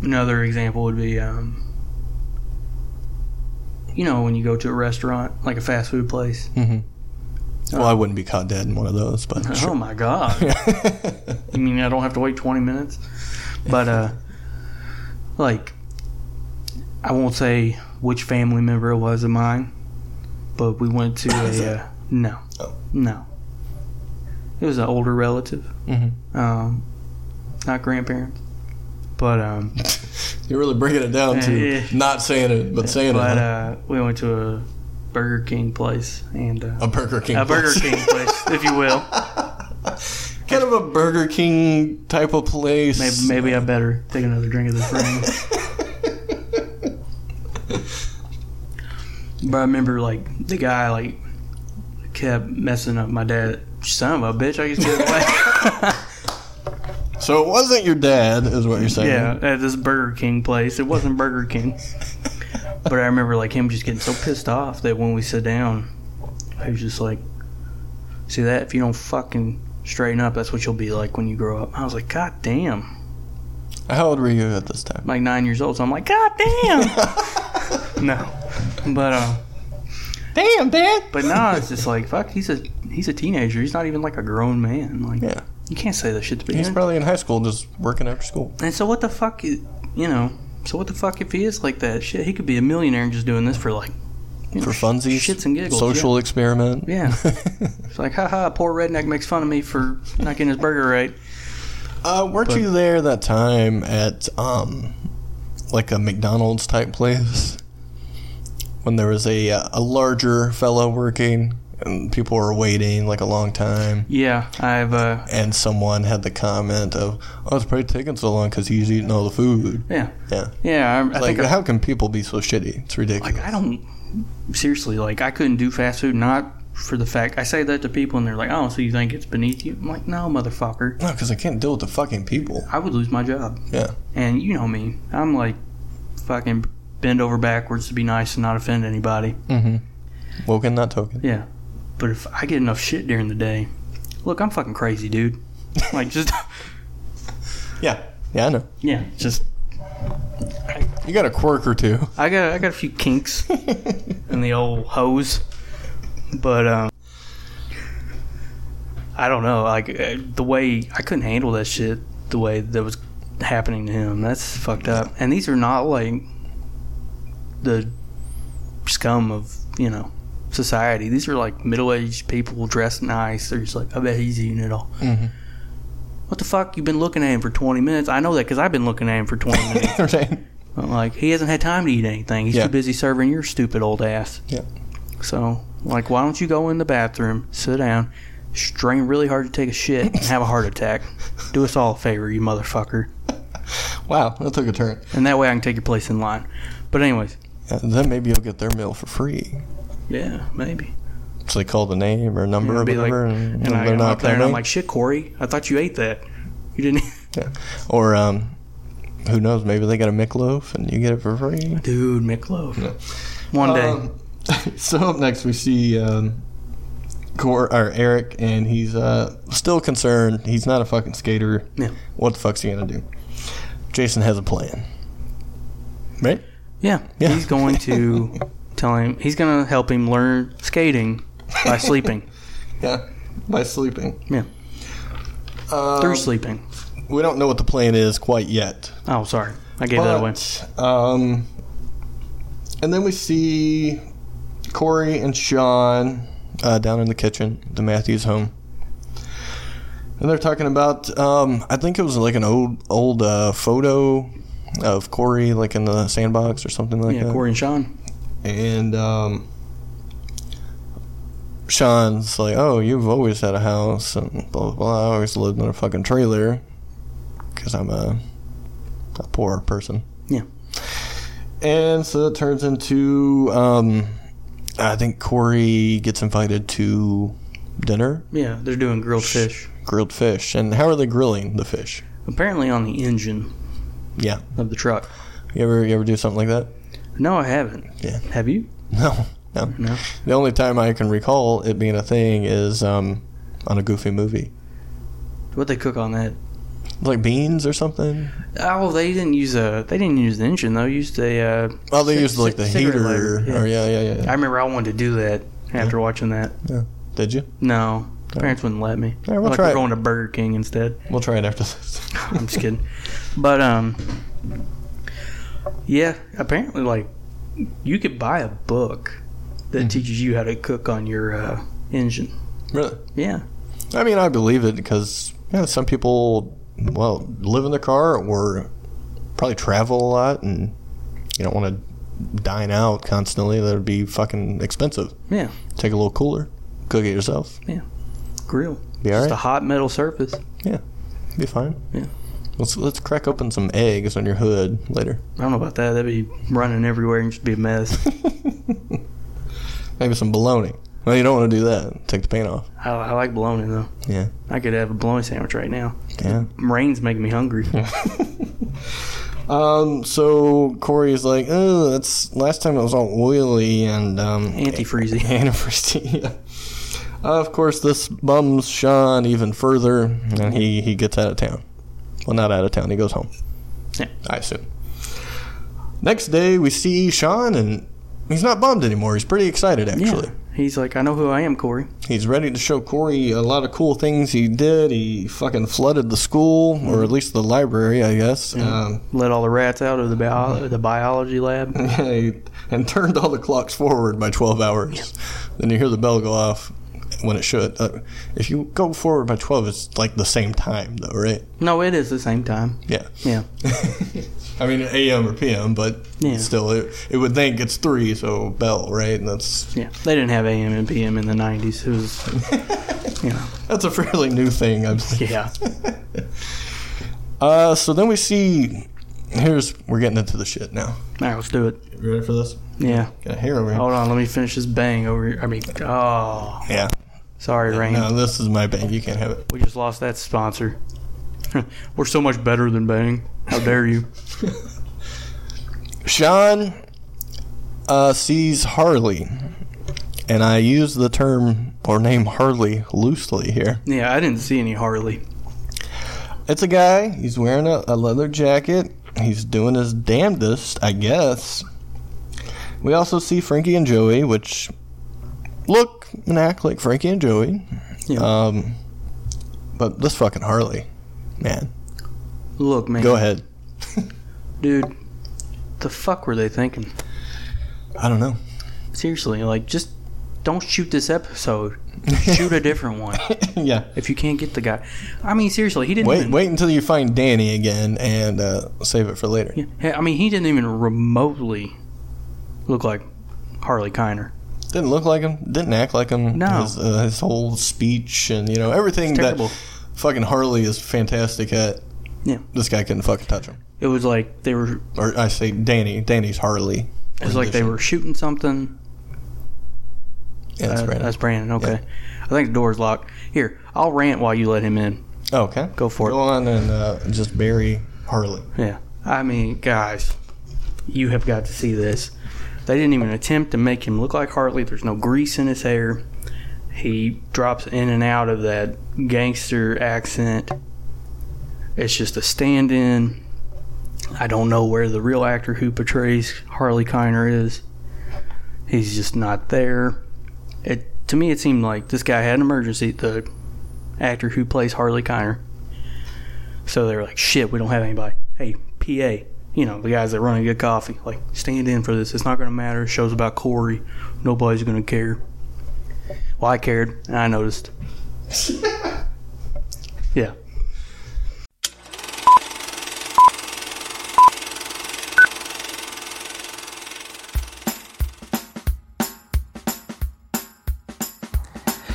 [SPEAKER 2] another example would be, um, you know, when you go to a restaurant, like a fast food place.
[SPEAKER 3] hmm Well, I wouldn't be caught dead in one of those, but
[SPEAKER 2] Oh
[SPEAKER 3] sure.
[SPEAKER 2] my god. You mean I don't have to wait 20 minutes? But, uh, like, I won't say which family member it was of mine, but we went to a, uh, no.
[SPEAKER 3] Oh.
[SPEAKER 2] No. It was an older relative,
[SPEAKER 3] Mhm.
[SPEAKER 2] um, not grandparents. But, um,
[SPEAKER 3] You're really bringing it down to
[SPEAKER 2] Yeah.
[SPEAKER 3] not saying it, but saying
[SPEAKER 2] but,
[SPEAKER 3] it.
[SPEAKER 2] uh, we went to a Burger King place and, uh,
[SPEAKER 3] a Burger King.
[SPEAKER 2] a Burger King place, if you will.
[SPEAKER 3] kind of a Burger King type of place.
[SPEAKER 2] Maybe, maybe I better take another drink of this ring. but I remember, like, the guy, like, kept messing up my dad. Son of a bitch, I used to get away.
[SPEAKER 3] So it wasn't your dad, is what you're saying.
[SPEAKER 2] yeah, at this Burger King place. It wasn't Burger King. But I remember, like, him just getting so pissed off that when we sit down, he was just like, see that? If you don't fucking straighten up, that's what you'll be like when you grow up. I was like, God damn.
[SPEAKER 3] How old were you at this time?
[SPEAKER 2] like nine years old. So I'm like, God damn. no, but uh,
[SPEAKER 3] Damn, Dad.
[SPEAKER 2] but no, it's just like fuck. He's a he's a teenager. He's not even like a grown man. Like,
[SPEAKER 3] Yeah.
[SPEAKER 2] you can't say that shit to
[SPEAKER 3] He's
[SPEAKER 2] people.
[SPEAKER 3] probably in high school, just working after school.
[SPEAKER 2] and so what the fuck? i- You know. So what the fuck if he is like that? Shit, he could be a millionaire and just doing this for like you know,
[SPEAKER 3] For funsies,
[SPEAKER 2] shits and giggles.
[SPEAKER 3] social experiment.
[SPEAKER 2] Yeah. It's like, haha, poor redneck makes fun of me for not getting his burger right.
[SPEAKER 3] uh, weren't you there that time at um, like a McDonald's type place when there was a uh, a larger fellow working and people were waiting like a long time,
[SPEAKER 2] Yeah, I've uh,
[SPEAKER 3] and someone had the comment of, "Oh, it's probably taking so long because he's eating all the food."
[SPEAKER 2] yeah,
[SPEAKER 3] Yeah.
[SPEAKER 2] yeah. I, I
[SPEAKER 3] Like, uh,
[SPEAKER 2] think I-
[SPEAKER 3] how can people be so shitty? It's ridiculous.
[SPEAKER 2] Like I don't seriously like I couldn't do fast food not for the fact I say that to people and they're like, "Oh, so you think it's beneath you?" I'm like, "No, motherfucker.
[SPEAKER 3] No, because I can't deal with the fucking people.
[SPEAKER 2] I would lose my job."
[SPEAKER 3] Yeah.
[SPEAKER 2] And you know me. I'm like fucking bend over backwards to be nice and not offend anybody.
[SPEAKER 3] Mm-hmm. Woken, not token.
[SPEAKER 2] Yeah. But if I get enough shit during the day, look, I'm fucking crazy, dude. Like just
[SPEAKER 3] Yeah. Yeah, I know.
[SPEAKER 2] yeah, just
[SPEAKER 3] You got a quirk or two.
[SPEAKER 2] I got I got a few kinks in the old hose, but um, I don't know. Like uh, the way I couldn't handle that shit, the way that was happening to him, that's fucked up. And these are not like the scum of you know society. These are like middle aged people dressed nice. They're just like, I bet he's eating it all.
[SPEAKER 3] Mhm.
[SPEAKER 2] What the fuck? You've been looking at him for twenty minutes. I know that because I've been looking at him for twenty minutes.
[SPEAKER 3] Right.
[SPEAKER 2] But, Like he hasn't had time to eat anything. He's
[SPEAKER 3] Yeah.
[SPEAKER 2] too busy serving your stupid old ass.
[SPEAKER 3] Yeah.
[SPEAKER 2] So, like, why don't you go in the bathroom, sit down, strain really hard to take a shit, and have a heart attack? Do us all a favor, you motherfucker.
[SPEAKER 3] Wow, that took a turn.
[SPEAKER 2] And that way, I can take your place in line. But anyways,
[SPEAKER 3] Yeah, then maybe you'll get their meal for free.
[SPEAKER 2] yeah, maybe.
[SPEAKER 3] So they call the name or number
[SPEAKER 2] Yeah,
[SPEAKER 3] or
[SPEAKER 2] be like-
[SPEAKER 3] whatever, and,
[SPEAKER 2] And I
[SPEAKER 3] they're
[SPEAKER 2] am
[SPEAKER 3] not
[SPEAKER 2] up there, and I'm
[SPEAKER 3] coming.
[SPEAKER 2] like, shit, Corey, I thought you ate that. You didn't,
[SPEAKER 3] Yeah. Or um, who knows? Maybe they got a McLoaf and you get it for free.
[SPEAKER 2] dude, McLove. One day,
[SPEAKER 3] Um, so up next we see um, Cor or Eric, and he's uh, still concerned. He's not a fucking skater.
[SPEAKER 2] Yeah.
[SPEAKER 3] What the fuck's he gonna do? Jason has a plan. Right?
[SPEAKER 2] yeah,
[SPEAKER 3] yeah.
[SPEAKER 2] he's going to tell him he's going to help him learn skating by sleeping
[SPEAKER 3] Yeah. By sleeping.
[SPEAKER 2] Yeah.
[SPEAKER 3] Um,
[SPEAKER 2] through sleeping.
[SPEAKER 3] we don't know what the plan is quite yet.
[SPEAKER 2] Oh, sorry. I gave that away.
[SPEAKER 3] But, Um, and then we see Corey and Sean uh, down in the kitchen, the Matthews home, and they're talking about. Um, I think it was like an old old uh, photo of Corey, like in the sandbox or something like
[SPEAKER 2] yeah,
[SPEAKER 3] that.
[SPEAKER 2] Corey and Sean.
[SPEAKER 3] And um, Sean's like, "Oh, you've always had a house, and blah blah blah. I always lived in a fucking trailer because I'm a a poor person."
[SPEAKER 2] Yeah.
[SPEAKER 3] And so it turns into, um, I think Corey gets invited to dinner,
[SPEAKER 2] Yeah, they're doing grilled fish.
[SPEAKER 3] grilled fish, and how are they grilling the fish?
[SPEAKER 2] Apparently on the engine
[SPEAKER 3] Yeah,
[SPEAKER 2] of the truck.
[SPEAKER 3] you ever you ever do something like that?
[SPEAKER 2] No, I haven't.
[SPEAKER 3] Yeah.
[SPEAKER 2] Have you?
[SPEAKER 3] No, no.
[SPEAKER 2] No.
[SPEAKER 3] The only time I can recall it being a thing is um, on a goofy movie.
[SPEAKER 2] What they cook on that?
[SPEAKER 3] like beans or something.
[SPEAKER 2] Oh, well, they didn't use a. They didn't use the engine though. Used a. Uh,
[SPEAKER 3] Oh, they
[SPEAKER 2] Ci-
[SPEAKER 3] used like the
[SPEAKER 2] ci- cigarette
[SPEAKER 3] heater.
[SPEAKER 2] lighter, yeah.
[SPEAKER 3] Or yeah, yeah, yeah.
[SPEAKER 2] I remember I wanted to do that after watching that.
[SPEAKER 3] Did you?
[SPEAKER 2] No, parents wouldn't let me.
[SPEAKER 3] right, we'll
[SPEAKER 2] like
[SPEAKER 3] try
[SPEAKER 2] we're
[SPEAKER 3] it.
[SPEAKER 2] going to Burger King instead.
[SPEAKER 3] We'll try it after this.
[SPEAKER 2] I'm just kidding. But um, yeah. Apparently, like you could buy a book that
[SPEAKER 3] Mm-hmm.
[SPEAKER 2] teaches you how to cook on your uh, engine.
[SPEAKER 3] really?
[SPEAKER 2] Yeah.
[SPEAKER 3] I mean, I believe it because yeah, some people well live in the car or probably travel a lot, and you don't want to dine out constantly. That would be fucking expensive.
[SPEAKER 2] Yeah.
[SPEAKER 3] Take a little cooler, cook it yourself.
[SPEAKER 2] Grill.
[SPEAKER 3] Be all
[SPEAKER 2] Just a
[SPEAKER 3] right.
[SPEAKER 2] hot metal surface.
[SPEAKER 3] Be fine.
[SPEAKER 2] Yeah.
[SPEAKER 3] Let's let's crack open some eggs on your hood later.
[SPEAKER 2] I don't know about that. That'd be running everywhere and just be a mess.
[SPEAKER 3] Maybe some bologna. Well, you don't want to do that. Take the paint off.
[SPEAKER 2] I, I like bologna though.
[SPEAKER 3] Yeah.
[SPEAKER 2] I could have a bologna sandwich right now.
[SPEAKER 3] Yeah.
[SPEAKER 2] Rain's making me hungry.
[SPEAKER 3] Um, so Corey's like, oh, that's last time it was all oily and um,
[SPEAKER 2] Antifreezy.
[SPEAKER 3] antifreezy. yeah. Uh, of course, this bums Sean even further, and he he gets out of town. Well, not out of town. He goes home.
[SPEAKER 2] Yeah.
[SPEAKER 3] I assume. Next day, we see Sean, and he's not bummed anymore. He's pretty excited, actually.
[SPEAKER 2] He's like, I know who I am, Corey.
[SPEAKER 3] He's ready to show Corey a lot of cool things he did. He fucking flooded the school, or at least the library, I guess. Um,
[SPEAKER 2] Let all the rats out of the bio- the biology lab.
[SPEAKER 3] He- and turned all the clocks forward by 12 hours. Then you hear the bell go off when it should. Uh, if you go forward by 12, it's like the same time, though, right?
[SPEAKER 2] No, it is the same time.
[SPEAKER 3] Yeah.
[SPEAKER 2] Yeah.
[SPEAKER 3] I mean, AM or PM, but
[SPEAKER 2] Yeah.
[SPEAKER 3] still, it, it would think it's 3, so bell, right? And that's
[SPEAKER 2] Yeah. They didn't have AM and PM in the 90s. It was, you know.
[SPEAKER 3] that's a fairly new thing, I believe.
[SPEAKER 2] Yeah.
[SPEAKER 3] Uh, so then we see. Here's. We're getting into the shit now.
[SPEAKER 2] All right, let's do it.
[SPEAKER 3] You ready for this?
[SPEAKER 2] Yeah.
[SPEAKER 3] Got a hair over here.
[SPEAKER 2] Hold on. Let me finish this bang over here. I mean, oh.
[SPEAKER 3] Yeah.
[SPEAKER 2] Sorry, Rain.
[SPEAKER 3] No, this is my bank. You can't have it.
[SPEAKER 2] We just lost that sponsor. We're so much better than Bang. How dare you?
[SPEAKER 3] Sean uh, sees Harley, and I use the term or name Harley loosely here.
[SPEAKER 2] Yeah, I didn't see any Harley.
[SPEAKER 3] It's a guy, he's wearing a, a leather jacket, he's doing his damnedest, I guess. We also see Frankie and Joey, which look and act like Frankie and Joey.
[SPEAKER 2] Yeah.
[SPEAKER 3] Um, but this fucking Harley, man,
[SPEAKER 2] Look, man.
[SPEAKER 3] go ahead.
[SPEAKER 2] Dude, the fuck were they thinking?
[SPEAKER 3] I don't know.
[SPEAKER 2] Seriously, like, just don't shoot this episode. Shoot a different one
[SPEAKER 3] yeah.
[SPEAKER 2] if you can't get the guy. I mean, seriously, he didn't.
[SPEAKER 3] Wait,
[SPEAKER 2] even,
[SPEAKER 3] wait until you find Danny again and uh, save it for later.
[SPEAKER 2] Yeah, I mean, he didn't even remotely look like Harley Kiner.
[SPEAKER 3] Didn't look like him. Didn't act like him.
[SPEAKER 2] No.
[SPEAKER 3] His, uh, his whole speech and you know everything that
[SPEAKER 2] Terrible.
[SPEAKER 3] fucking Harley is fantastic at.
[SPEAKER 2] Yeah.
[SPEAKER 3] This guy couldn't fucking touch him.
[SPEAKER 2] It was like they were.
[SPEAKER 3] Or I say Danny. Danny's Harley.
[SPEAKER 2] It was like they were shooting something.
[SPEAKER 3] Yeah, that's
[SPEAKER 2] Uh,
[SPEAKER 3] right.
[SPEAKER 2] That's Brandon. Okay. I think the door's locked. Here, I'll rant while you let him in.
[SPEAKER 3] oh, okay.
[SPEAKER 2] Go for
[SPEAKER 3] Go
[SPEAKER 2] it.
[SPEAKER 3] on and uh, just bury Harley.
[SPEAKER 2] Yeah. I mean, guys, you have got to see this. They didn't even attempt to make him look like Hartley. There's no grease in his hair. He drops in and out of that gangster accent. It's just a stand in. I don't know where the real actor who portrays Harley Kiner is. He's just not there. It to me it seemed like this guy had an emergency, the actor who plays Harley Kiner. So they're like, shit, we don't have anybody. Hey, PA, you know, the guys that run a good coffee, like, stand in for this. It's not going to matter. Show's about Corey. Nobody's going to care. Well, I cared, and I noticed. yeah.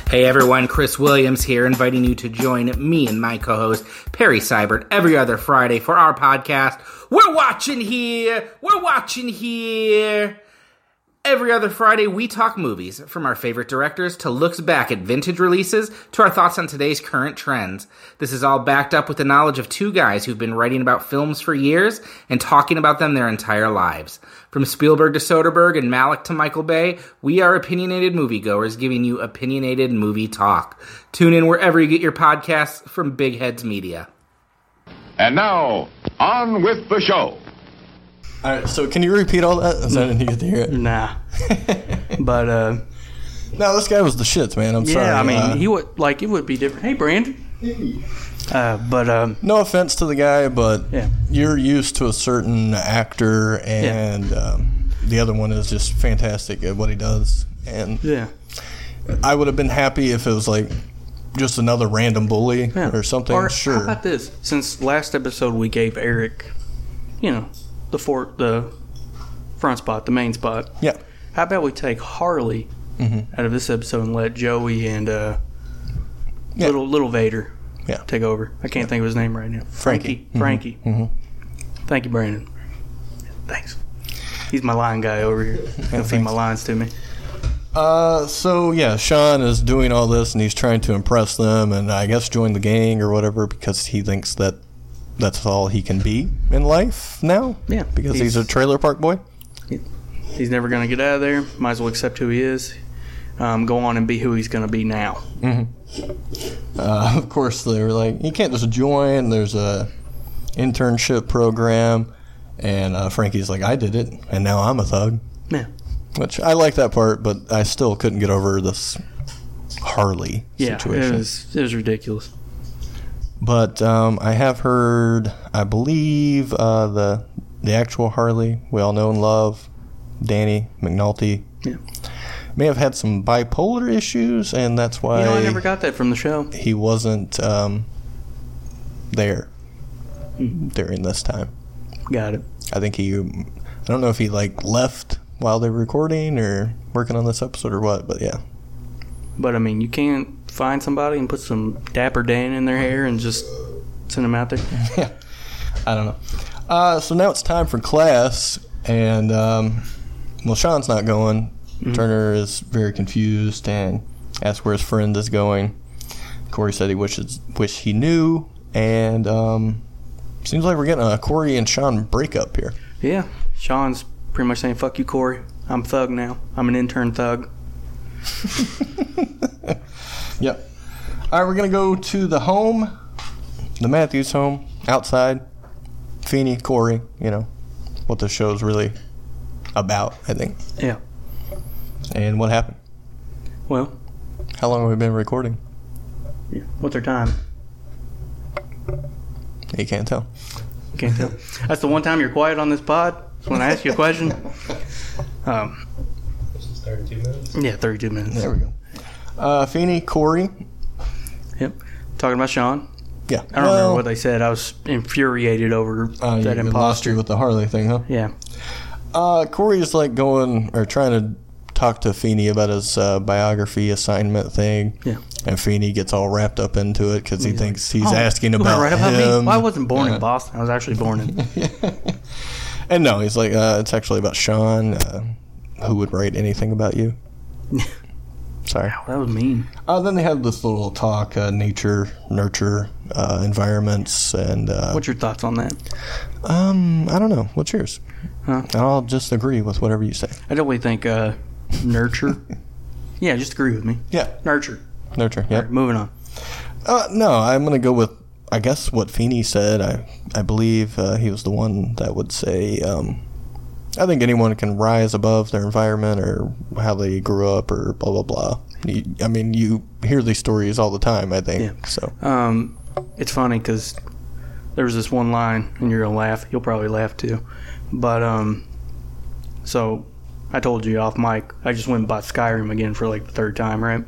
[SPEAKER 4] Hey everyone, Chris Williams here, inviting you to join me and my co host Perry Seibert every other Friday for our podcast. We're watching here! We're watching here! Every other Friday, we talk movies, from our favorite directors to looks back at vintage releases to our thoughts on today's current trends. This is all backed up with the knowledge of two guys who've been writing about films for years and talking about them their entire lives. From Spielberg to Soderbergh and Malick to Michael Bay, we are opinionated moviegoers giving you opinionated movie talk. Tune in wherever you get your podcasts from Big Heads Media.
[SPEAKER 5] And now, on with the show.
[SPEAKER 3] All right, so can you repeat all that? 'Cause I didn't get to hear it.
[SPEAKER 2] Nah. but uh,
[SPEAKER 3] No, this guy was the shits, man. I'm
[SPEAKER 2] yeah,
[SPEAKER 3] sorry.
[SPEAKER 2] I mean,
[SPEAKER 3] Uh,
[SPEAKER 2] he would like it would be different. Hey, Brandon. Uh, but um,
[SPEAKER 3] no offense to the guy, but
[SPEAKER 2] Yeah.
[SPEAKER 3] you're used to a certain actor, and um, the other one is just fantastic at what he does. And
[SPEAKER 2] yeah,
[SPEAKER 3] I would have been happy if it was like just another random bully
[SPEAKER 2] yeah.
[SPEAKER 3] or something.
[SPEAKER 2] Or How
[SPEAKER 3] sure.
[SPEAKER 2] about this? Since last episode we gave Eric, you know, the fort, the front spot, the main spot.
[SPEAKER 3] yeah. Mm-hmm.
[SPEAKER 2] How about we take Harley out of this episode and let Joey and uh,
[SPEAKER 3] Yeah.
[SPEAKER 2] little little Vader
[SPEAKER 3] Yeah.
[SPEAKER 2] take over? I can't think of his name right now.
[SPEAKER 3] Frankie. Mm-hmm.
[SPEAKER 2] Frankie. Thank you, Brandon. Thanks. He's my line guy over here. He'll feed my lines to me.
[SPEAKER 3] Uh, so yeah, Sean is doing all this, and he's trying to impress them, and I guess join the gang or whatever because he thinks that that's all he can be in life now.
[SPEAKER 2] Yeah,
[SPEAKER 3] because he's,
[SPEAKER 2] he's-
[SPEAKER 3] a trailer park boy.
[SPEAKER 2] He's never going to get out of there. Might as well accept who he is. Um, go on and be who he's going to be now.
[SPEAKER 3] Uh, of course, they were like, you can't just join. There's a internship program, and uh, Frankie's like, I did it, and now I'm a thug.
[SPEAKER 2] Yeah.
[SPEAKER 3] Which I like that part, but I still couldn't get over this Harley
[SPEAKER 2] Yeah.
[SPEAKER 3] situation.
[SPEAKER 2] It was it was ridiculous.
[SPEAKER 3] But um, I have heard, I believe uh, the the actual Harley we all know and love, Danny McNulty,
[SPEAKER 2] Yeah.
[SPEAKER 3] may have had some bipolar issues, and that's why
[SPEAKER 2] You know, I never got that from the show.
[SPEAKER 3] he wasn't um, there
[SPEAKER 2] Mm-hmm.
[SPEAKER 3] during this time.
[SPEAKER 2] Got it.
[SPEAKER 3] I think he, I don't know if he like left while they were recording or working on this episode or what, but yeah,
[SPEAKER 2] But I mean, you can't find somebody and put some Dapper Dan in their hair and just send them out there.
[SPEAKER 3] I don't know. Uh, so now it's time for class, and um, well, Sean's not going. Turner is very confused and asks where his friend is going. Corey said he wishes wish he knew, and um, seems like we're getting a Corey and Sean breakup here.
[SPEAKER 2] Yeah. Sean's pretty much saying, "Fuck you, Corey. I'm thug now. I'm an intern thug."
[SPEAKER 3] Yep. All right, we're gonna go to the home, the Matthews home, outside. Feeney, Corey, you know what the show's really about, I think,
[SPEAKER 2] Yeah.
[SPEAKER 3] and what happened.
[SPEAKER 2] Well,
[SPEAKER 3] How long have we been recording?
[SPEAKER 2] yeah. what's their time?
[SPEAKER 3] You can't tell.
[SPEAKER 2] Can't tell. That's the one time you're quiet on this pod. It's when I ask you a question. Um, yeah, 32 minutes.
[SPEAKER 3] There we go. Uh, Feeney, Corey.
[SPEAKER 2] Yep. Talking about Sean.
[SPEAKER 3] Yeah.
[SPEAKER 2] I don't remember what they said. I was infuriated over
[SPEAKER 3] uh,
[SPEAKER 2] that
[SPEAKER 3] that lost
[SPEAKER 2] imposter.
[SPEAKER 3] you with the Harley thing, huh?
[SPEAKER 2] Yeah.
[SPEAKER 3] Uh, Corey is like going or trying to talk to Feeney about his uh, biography assignment thing.
[SPEAKER 2] Yeah.
[SPEAKER 3] And Feeney gets all wrapped up into it because he thinks he's
[SPEAKER 2] Oh,
[SPEAKER 3] asking
[SPEAKER 2] you
[SPEAKER 3] about
[SPEAKER 2] went right
[SPEAKER 3] him.
[SPEAKER 2] about me? Well, I wasn't born in Boston. I was actually born in.
[SPEAKER 3] And no, he's like, uh, it's actually about Sean. Uh, who would write anything about you? Sorry.
[SPEAKER 2] that was mean.
[SPEAKER 3] Uh, then they have this little talk: uh, nature, nurture, uh, environments, and uh,
[SPEAKER 2] What's your thoughts on that?
[SPEAKER 3] Um, I don't know. What's yours?
[SPEAKER 2] Huh?
[SPEAKER 3] And I'll just agree with whatever you say.
[SPEAKER 2] I definitely think uh, nurture. yeah, just agree with me.
[SPEAKER 3] Yeah,
[SPEAKER 2] Nurture.
[SPEAKER 3] nurture. Yep.
[SPEAKER 2] Moving on.
[SPEAKER 3] Uh, no, I'm gonna go with I guess what Feeney said. I I believe uh, he was the one that would say. Um, I think anyone can rise above their environment or how they grew up or blah blah blah. You, I mean, you hear these stories all the time. I think
[SPEAKER 2] Yeah.
[SPEAKER 3] so.
[SPEAKER 2] Um, it's funny because there was this one line, and you're gonna laugh. You'll probably laugh too, but um, so I told you off mic. I just went and bought Skyrim again for like the third time, right?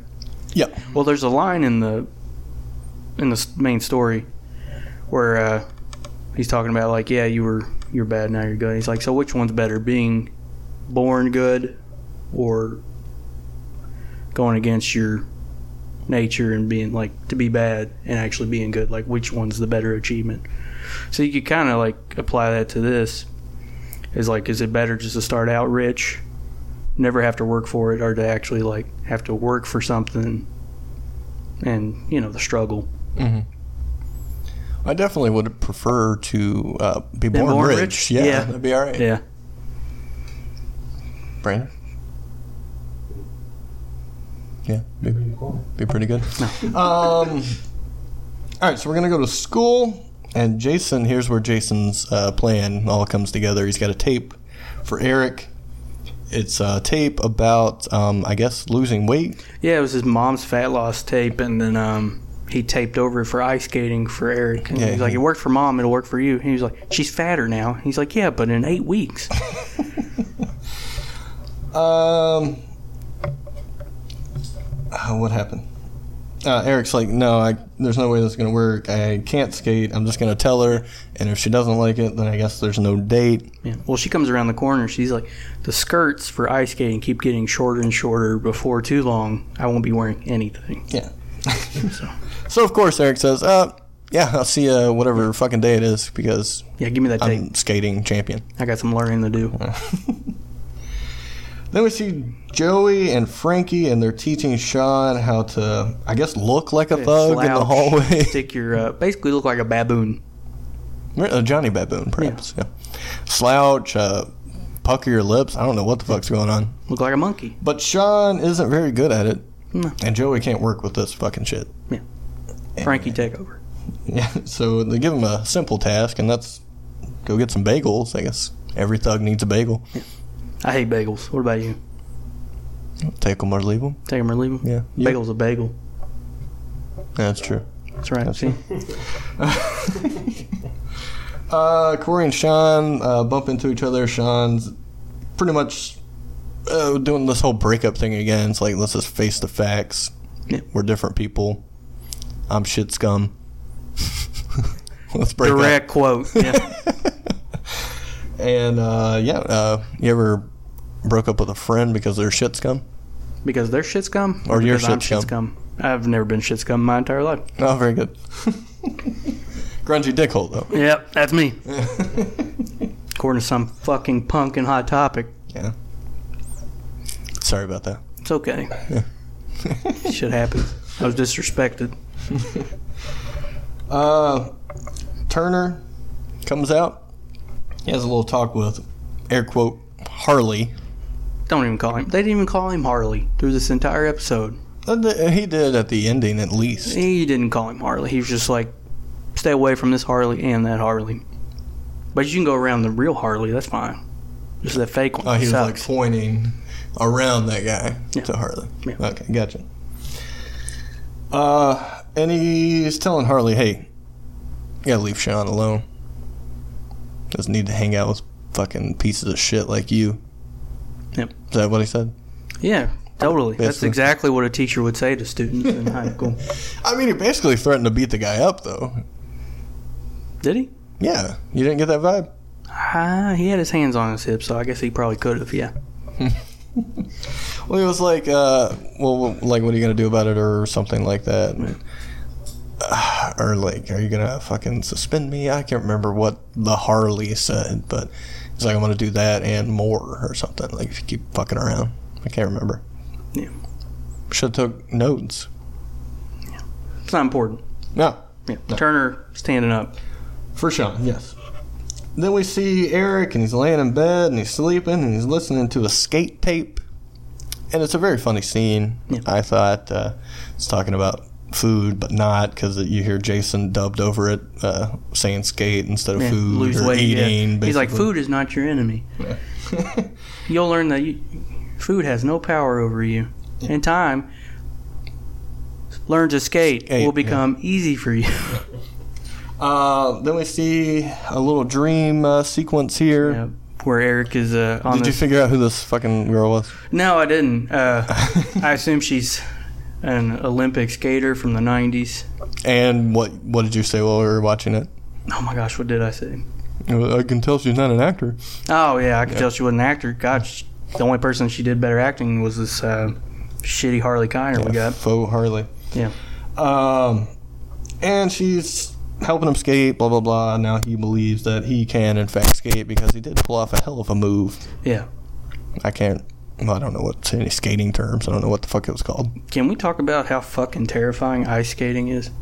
[SPEAKER 3] Yeah.
[SPEAKER 2] Well, there's a line in the in the s- main story where uh, he's talking about like, yeah, you were you're bad, now you're good. He's like, so which one's better, being born good or going against your nature and being like to be bad and actually being good like which one's the better achievement so you could kind of like apply that to this is like is it better just to start out rich never have to work for it or to actually like have to work for something and you know the struggle
[SPEAKER 3] I definitely would prefer to uh, be born,
[SPEAKER 2] born
[SPEAKER 3] rich.
[SPEAKER 2] rich?
[SPEAKER 3] Yeah,
[SPEAKER 2] Yeah.
[SPEAKER 3] that'd be all right.
[SPEAKER 2] yeah
[SPEAKER 3] Brandon? Yeah, be, be pretty good. um, all right, so we're going to go to school. And Jason, here's where Jason's uh, plan all comes together. He's got a tape for Eric. It's a tape about, um, I guess, losing weight.
[SPEAKER 2] yeah it was his mom's fat loss tape and then um he taped over it for ice skating for Eric. And
[SPEAKER 3] Yeah.
[SPEAKER 2] he's like, It worked for mom, it'll work for you. And he was like, She's fatter now. He's like, Yeah, but in eight weeks.
[SPEAKER 3] Um, uh, what happened? Uh, Eric's like, no, I, there's no way this is going to work. I can't skate. I'm just going to tell her. And if she doesn't like it, then I guess there's no date.
[SPEAKER 2] Yeah. Well, she comes around the corner. She's like, the skirts for ice skating keep getting shorter and shorter. Before too long, I won't be wearing anything.
[SPEAKER 3] Yeah. so of course Eric says, "Uh, yeah, I'll see you whatever fucking day it is because
[SPEAKER 2] Yeah, give me that tape.
[SPEAKER 3] I'm skating champion."
[SPEAKER 2] I got some learning to do.
[SPEAKER 3] Then we see Joey and Frankie, and they're teaching Sean how to, I guess, look like a thug in the
[SPEAKER 2] Slouch,
[SPEAKER 3] hallway.
[SPEAKER 2] Stick your uh, basically look like a baboon.
[SPEAKER 3] Uh, Johnny Baboon, perhaps. Yeah. Slouch, uh, pucker your lips. I don't know what the fuck's going on.
[SPEAKER 2] Look like a monkey.
[SPEAKER 3] But Sean isn't very good at it, and Joey can't work with this fucking shit.
[SPEAKER 2] Frankie, take over.
[SPEAKER 3] Yeah, so they give him a simple task, and that's go get some bagels. I guess every thug needs a bagel.
[SPEAKER 2] I hate bagels. What about you?
[SPEAKER 3] Take them or leave them.
[SPEAKER 2] Take them or leave them?
[SPEAKER 3] Yeah. You-
[SPEAKER 2] Bagel's a bagel.
[SPEAKER 3] That's true.
[SPEAKER 2] That's right.
[SPEAKER 3] That's
[SPEAKER 2] See?
[SPEAKER 3] Uh, Corey and Sean uh, bump into each other. Sean's pretty much uh, doing this whole breakup thing again. It's like, let's just face the facts.
[SPEAKER 2] Yeah.
[SPEAKER 3] We're different people. I'm shit scum. let's break
[SPEAKER 2] Direct quote. Yeah.
[SPEAKER 3] up. And uh, yeah, uh, you ever broke up with a friend because they're shit scum?
[SPEAKER 2] because their shit's scum?
[SPEAKER 3] Or your
[SPEAKER 2] because I'm
[SPEAKER 3] shit's
[SPEAKER 2] shit scum? I've never been shit scum my entire life.
[SPEAKER 3] Oh, very good. Grungy dickhole, though.
[SPEAKER 2] Yep, that's me. According to some fucking punk and hot topic.
[SPEAKER 3] Yeah. Sorry about that.
[SPEAKER 2] It's okay. Shit happens. I was disrespected.
[SPEAKER 3] Uh, Turner comes out. He has a little talk with air quote Harley.
[SPEAKER 2] Don't even call him. They didn't even call him Harley through this entire episode.
[SPEAKER 3] Uh, th- He did at the ending at least.
[SPEAKER 2] He didn't call him Harley. He was just like, stay away from this Harley and that Harley. But you can go around the real Harley. That's fine. Just that fake one.
[SPEAKER 3] Oh, he was like
[SPEAKER 2] sucks.
[SPEAKER 3] pointing around that guy to Harley.
[SPEAKER 2] Yeah.
[SPEAKER 3] Okay, gotcha. Uh, and he's telling Harley, "Hey, you gotta leave Sean alone. Doesn't need to hang out with fucking pieces of shit like you."
[SPEAKER 2] Yep.
[SPEAKER 3] Is that what he said?
[SPEAKER 2] yeah, totally. That's
[SPEAKER 3] Basically.
[SPEAKER 2] exactly what a teacher would say to students in high school.
[SPEAKER 3] I mean, he basically threatened to beat the guy up, though.
[SPEAKER 2] Did he?
[SPEAKER 3] Yeah, you didn't get that vibe.
[SPEAKER 2] Ah, he had his hands on his hips, so I guess he probably could have. Yeah.
[SPEAKER 3] Well, it was like, uh, well, like, what are you gonna do about it, or something like that, Uh, or like, are you gonna fucking suspend me? I can't remember what the Harley said, but it's like I'm gonna do that and more, or something. Like, if you keep fucking around, I can't remember.
[SPEAKER 2] Yeah.
[SPEAKER 3] Should have took notes.
[SPEAKER 2] It's not important.
[SPEAKER 3] No,
[SPEAKER 2] Yeah. Turner standing up.
[SPEAKER 3] for Sean, yes. Then we see Eric, and he's laying in bed, and he's sleeping, and he's listening to a skate tape. And it's a very funny scene.
[SPEAKER 2] Yeah.
[SPEAKER 3] I thought uh, it's talking about food, but not because you hear Jason dubbed over it, uh, saying skate instead of
[SPEAKER 2] Yeah,
[SPEAKER 3] food
[SPEAKER 2] lose
[SPEAKER 3] or
[SPEAKER 2] weight. yeah.
[SPEAKER 3] eating.
[SPEAKER 2] He's like,
[SPEAKER 3] basically.
[SPEAKER 2] food is not your enemy. You'll learn that you, food has no power over you. In time, learn to skate
[SPEAKER 3] Skate,
[SPEAKER 2] will become easy for you.
[SPEAKER 3] Uh, then we see a little dream uh, sequence here.
[SPEAKER 2] Yeah, Where Eric is uh, on
[SPEAKER 3] Did you
[SPEAKER 2] this.
[SPEAKER 3] figure out who this fucking girl was?
[SPEAKER 2] no, I didn't. Uh, I assume she's an Olympic skater from the 90s.
[SPEAKER 3] And what what did you say while we were watching it?
[SPEAKER 2] Oh my gosh, what did I say?
[SPEAKER 3] I can tell she's not an actor.
[SPEAKER 2] Oh, yeah, I could tell she was an actor. God, she, the only person she did better acting was this uh, shitty Harley Kiner we got.
[SPEAKER 3] Faux Harley.
[SPEAKER 2] Yeah.
[SPEAKER 3] Um, and she's helping him skate, blah, blah, blah. Now he believes that he can, in fact, skate because he did pull off a hell of a move.
[SPEAKER 2] Yeah.
[SPEAKER 3] I can't, well, I don't know what's any skating terms. I don't know what the fuck it was called.
[SPEAKER 2] Can we talk about how fucking terrifying ice skating is?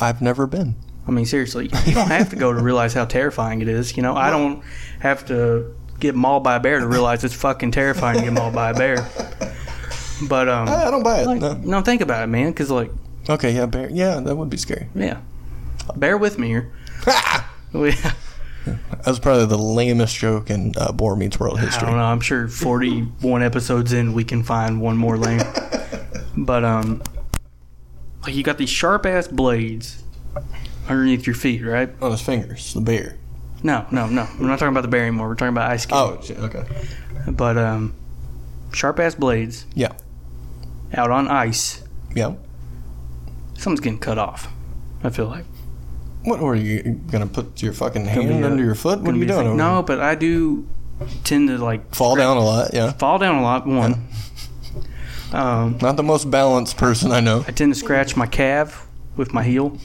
[SPEAKER 3] I've never been.
[SPEAKER 2] I mean, seriously, you don't have to go to realize how terrifying it is. You know, I don't have to get mauled by a bear to realize it's fucking terrifying to get mauled by a bear. But um,
[SPEAKER 3] I I don't buy it.
[SPEAKER 2] like,
[SPEAKER 3] no.
[SPEAKER 2] no, think about it, man. Because like,
[SPEAKER 3] Okay, yeah, bear, yeah, that would be scary.
[SPEAKER 2] yeah, bear with me here. We-
[SPEAKER 3] That was probably the lamest joke in uh, Boar Meets World
[SPEAKER 2] I
[SPEAKER 3] history.
[SPEAKER 2] don't know. I'm sure 41 episodes in, we can find one more lane. but um, like you got these sharp ass blades underneath your feet, right?
[SPEAKER 3] On his fingers, the bear.
[SPEAKER 2] No, no, no. We're not talking about the bear anymore. We're talking about ice skating.
[SPEAKER 3] Oh, shit, okay.
[SPEAKER 2] But um, sharp ass blades
[SPEAKER 3] Yeah,
[SPEAKER 2] out on ice.
[SPEAKER 3] yeah.
[SPEAKER 2] Something's getting cut off. I feel like.
[SPEAKER 3] What were you gonna put your fucking
[SPEAKER 2] be
[SPEAKER 3] hand
[SPEAKER 2] a-
[SPEAKER 3] under your foot? What are
[SPEAKER 2] Gonna
[SPEAKER 3] you
[SPEAKER 2] be a
[SPEAKER 3] doing?
[SPEAKER 2] thing.
[SPEAKER 3] over
[SPEAKER 2] No,
[SPEAKER 3] there?
[SPEAKER 2] but I do tend to like
[SPEAKER 3] fall down a lot. Yeah,
[SPEAKER 2] fall down a lot. One, um,
[SPEAKER 3] not the most balanced person I know.
[SPEAKER 2] I tend to scratch my calf with my heel.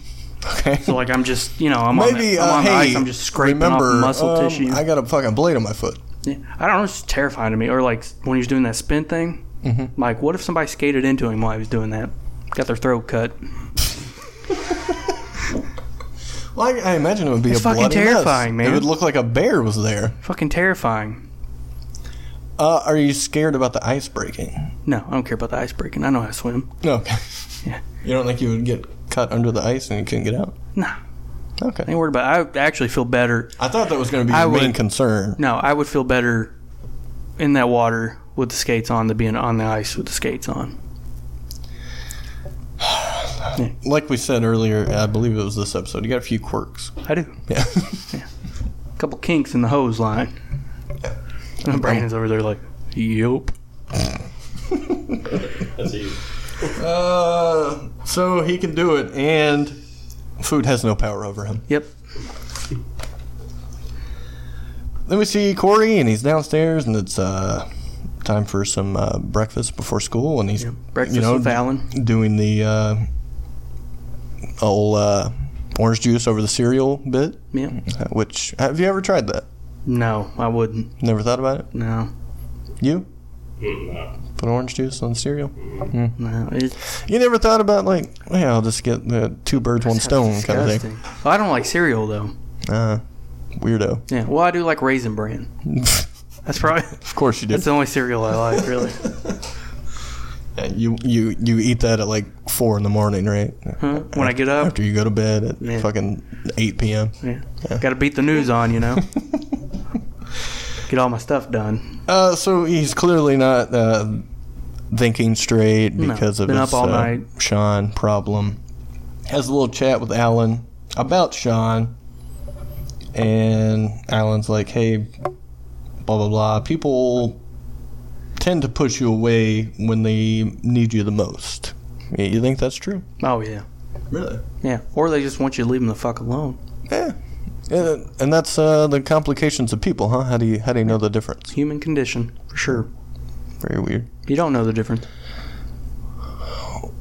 [SPEAKER 3] Okay,
[SPEAKER 2] So like I'm just you know I'm
[SPEAKER 3] maybe.
[SPEAKER 2] on, the, I'm
[SPEAKER 3] uh,
[SPEAKER 2] on
[SPEAKER 3] hey,
[SPEAKER 2] the ice. I'm just scraping
[SPEAKER 3] remember,
[SPEAKER 2] off muscle
[SPEAKER 3] um,
[SPEAKER 2] tissue.
[SPEAKER 3] I
[SPEAKER 2] I,
[SPEAKER 3] got a fucking blade on my foot.
[SPEAKER 2] yeah. I don't know. It's terrifying to me. Or like when he was doing that spin thing.
[SPEAKER 3] Mm-hmm.
[SPEAKER 2] Like what if somebody skated into him while he was doing that? Got their throat cut.
[SPEAKER 3] Like I imagine it would be
[SPEAKER 2] It's
[SPEAKER 3] a
[SPEAKER 2] fucking
[SPEAKER 3] bloody mess.
[SPEAKER 2] terrifying, man.
[SPEAKER 3] It would look like a bear was there.
[SPEAKER 2] Fucking terrifying.
[SPEAKER 3] Uh, are you scared about the ice breaking?
[SPEAKER 2] No, I don't care about the ice breaking. I know how to swim.
[SPEAKER 3] No. Okay.
[SPEAKER 2] Yeah.
[SPEAKER 3] You don't think you would get cut under the ice and you couldn't get out?
[SPEAKER 2] Nah, I
[SPEAKER 3] Okay.
[SPEAKER 2] ain't worried about. I actually feel better.
[SPEAKER 3] I thought that was going to be
[SPEAKER 2] I
[SPEAKER 3] your main
[SPEAKER 2] would-
[SPEAKER 3] concern.
[SPEAKER 2] No, I would feel better in that water with the skates on than being on the ice with the skates on.
[SPEAKER 3] Like we said earlier, I believe it was this episode. You got a few quirks.
[SPEAKER 2] I do.
[SPEAKER 3] Yeah.
[SPEAKER 2] A couple kinks in the hose line. And Brandon's over there like, yup.
[SPEAKER 3] uh, so he can do it, and food has no power over him.
[SPEAKER 2] Yep.
[SPEAKER 3] Then we see Corey, and he's downstairs, and it's uh, time for some uh, breakfast before school, and he's
[SPEAKER 2] Breakfast
[SPEAKER 3] you know,
[SPEAKER 2] with Alan.
[SPEAKER 3] doing the uh, old uh, orange juice over the cereal bit.
[SPEAKER 2] Yeah.
[SPEAKER 3] uh, Which have you ever tried that?
[SPEAKER 2] No, I wouldn't.
[SPEAKER 3] Never thought about it.
[SPEAKER 2] No.
[SPEAKER 3] You put orange juice on cereal.
[SPEAKER 2] No. It's
[SPEAKER 3] You never thought about like, hey, I'll just get the two birds, one stone kind of
[SPEAKER 2] disgusting.
[SPEAKER 3] thing.
[SPEAKER 2] Well, I don't like cereal though.
[SPEAKER 3] Uh, weirdo.
[SPEAKER 2] Yeah. Well, I do like Raisin Bran. That's probably
[SPEAKER 3] Of course you did.
[SPEAKER 2] that's the only cereal I like, really.
[SPEAKER 3] Yeah, you you you eat that at like four in the morning, right?
[SPEAKER 2] Huh? When I get up,
[SPEAKER 3] After you go to bed at
[SPEAKER 2] Yeah.
[SPEAKER 3] fucking eight p.m.
[SPEAKER 2] yeah. gotta beat the news on, you know. get all my stuff done.
[SPEAKER 3] Uh, so he's clearly not uh, thinking straight
[SPEAKER 2] No,
[SPEAKER 3] because of
[SPEAKER 2] been
[SPEAKER 3] his
[SPEAKER 2] up all
[SPEAKER 3] uh,
[SPEAKER 2] night.
[SPEAKER 3] Sean problem. Has a little chat with Alan about Sean, and Alan's like, "Hey, blah blah blah. People tend to push you away when they need you the most. Y- You think that's true?
[SPEAKER 2] Oh yeah.
[SPEAKER 3] Really?
[SPEAKER 2] Yeah. Or they just want you to leave them the fuck alone.
[SPEAKER 3] Yeah." Yeah, and that's uh, the complications of people, huh? How do you how do you know the difference?
[SPEAKER 2] Human condition, for sure.
[SPEAKER 3] Very weird.
[SPEAKER 2] You don't know the difference.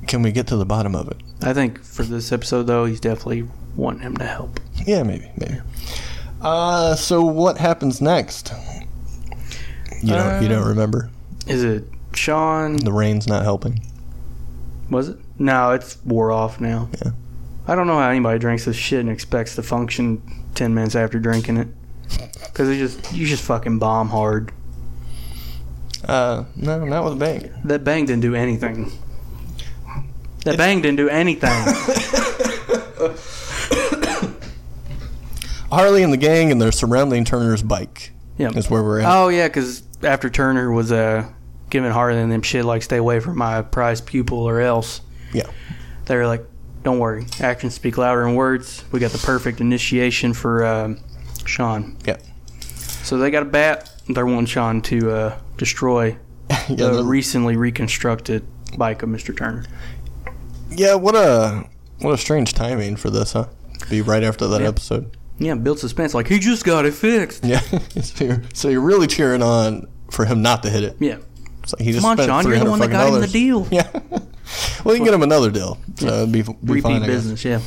[SPEAKER 3] Can we get to the bottom of it?
[SPEAKER 2] I think for this episode though, he's definitely wanting him to help.
[SPEAKER 3] Yeah, maybe, maybe. Uh, so what happens next? You don't, you don't remember?
[SPEAKER 2] Is it Sean?
[SPEAKER 3] The rain's not helping.
[SPEAKER 2] Was it? No, it's wore off now.
[SPEAKER 3] Yeah.
[SPEAKER 2] I don't know how anybody drinks this shit and expects to function ten minutes after drinking it. Cause it just you just fucking bomb hard.
[SPEAKER 3] Uh, no, not with a bang.
[SPEAKER 2] That bang didn't do anything. That bang didn't do anything.
[SPEAKER 3] Harley and the gang and their surrounding Turner's bike
[SPEAKER 2] yeah.
[SPEAKER 3] is where we're at.
[SPEAKER 2] Oh yeah, cause after Turner was uh giving Harley and them shit like stay away from my prized pupil or else.
[SPEAKER 3] Yeah.
[SPEAKER 2] they were like, "Don't worry, actions speak louder than words." We got the perfect initiation for um, Sean.
[SPEAKER 3] Yeah.
[SPEAKER 2] So they got a bat. They're wanting Sean to uh, destroy
[SPEAKER 3] Yeah,
[SPEAKER 2] the
[SPEAKER 3] the-
[SPEAKER 2] recently reconstructed bike of Mister Turner.
[SPEAKER 3] yeah, what a what a strange timing for this, huh? Be right after that episode.
[SPEAKER 2] Yeah, build suspense. Like he just got it fixed.
[SPEAKER 3] Yeah. so, you're, so you're really cheering on for him not to hit it.
[SPEAKER 2] Yeah,
[SPEAKER 3] It's like he just
[SPEAKER 2] come on,
[SPEAKER 3] spent
[SPEAKER 2] Sean. You're the one that got him the
[SPEAKER 3] $300
[SPEAKER 2] deal.
[SPEAKER 3] Yeah. Well, you can get him another deal. So it'd be, be
[SPEAKER 2] Repeat
[SPEAKER 3] fine, I guess.
[SPEAKER 2] business, yeah.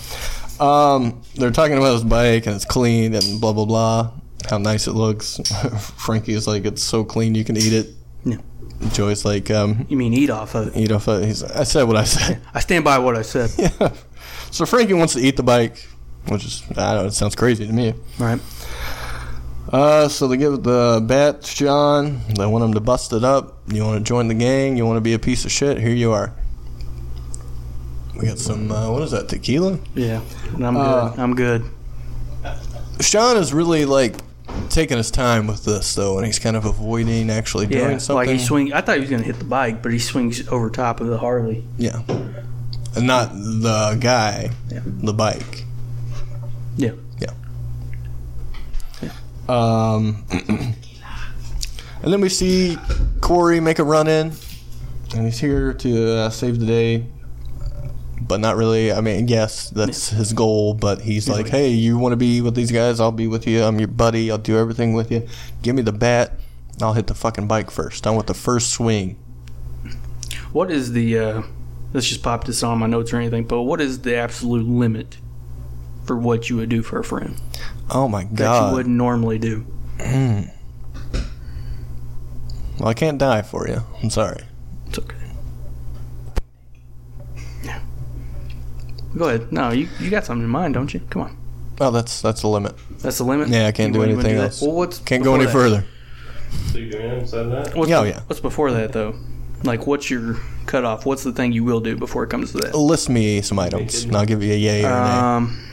[SPEAKER 3] Um, they're talking about his bike and it's clean and blah blah blah. How nice it looks. Frankie is like, it's so clean you can eat it.
[SPEAKER 2] Yeah.
[SPEAKER 3] Joy's like, um,
[SPEAKER 2] You mean eat off of it?
[SPEAKER 3] you know, if I- he's, I said what I said.
[SPEAKER 2] I stand by what I said.
[SPEAKER 3] so Frankie wants to eat the bike, which is I don't know. It sounds crazy to me.
[SPEAKER 2] Right.
[SPEAKER 3] Uh, so they give the bat to John. They want him to bust it up. You want to join the gang? You want to be a piece of shit? Here you are. We got some. Uh, what is that? Tequila.
[SPEAKER 2] Yeah. And I'm
[SPEAKER 3] Uh,
[SPEAKER 2] good. I'm good.
[SPEAKER 3] Sean is really like taking his time with this though, and he's kind of avoiding actually doing
[SPEAKER 2] Yeah.
[SPEAKER 3] something.
[SPEAKER 2] Like he swing. I thought he was gonna hit the bike, but he swings over top of the Harley.
[SPEAKER 3] yeah, and not the guy,
[SPEAKER 2] Yeah.
[SPEAKER 3] the bike.
[SPEAKER 2] Yeah.
[SPEAKER 3] Um, and then we see Corey make a run in, and he's here to uh, save the day. But not really. I mean, yes, that's his goal. But he's like, "Hey, you want to be with these guys? I'll be with you. I'm your buddy. I'll do everything with you. Give me the bat. I'll hit the fucking bike first. I want the first swing."
[SPEAKER 2] What is the? uh Let's just pop this on my notes or anything. But what is the absolute limit for what you would do for a friend
[SPEAKER 3] Oh my
[SPEAKER 2] that
[SPEAKER 3] god!
[SPEAKER 2] you wouldn't normally do?
[SPEAKER 3] Well, I can't die for you. I'm sorry.
[SPEAKER 2] It's okay. Yeah. Go ahead. No, you, you got something in mind, don't you? Come on.
[SPEAKER 3] Oh, that's that's the limit.
[SPEAKER 2] That's the limit.
[SPEAKER 3] Yeah, I can't
[SPEAKER 2] You
[SPEAKER 3] do
[SPEAKER 2] wouldn't even
[SPEAKER 3] anything
[SPEAKER 2] that?
[SPEAKER 3] else.
[SPEAKER 2] Well, what's
[SPEAKER 3] Can't
[SPEAKER 2] before
[SPEAKER 3] go any
[SPEAKER 2] that?
[SPEAKER 3] further.
[SPEAKER 6] So you going in said that?
[SPEAKER 2] What's
[SPEAKER 3] Yeah,
[SPEAKER 2] be-
[SPEAKER 3] yeah.
[SPEAKER 2] What's before that though? Like, what's your cutoff? What's the thing you will do before it comes to that?
[SPEAKER 3] List me some items, and I'll give you a yay or a nay.
[SPEAKER 2] Um,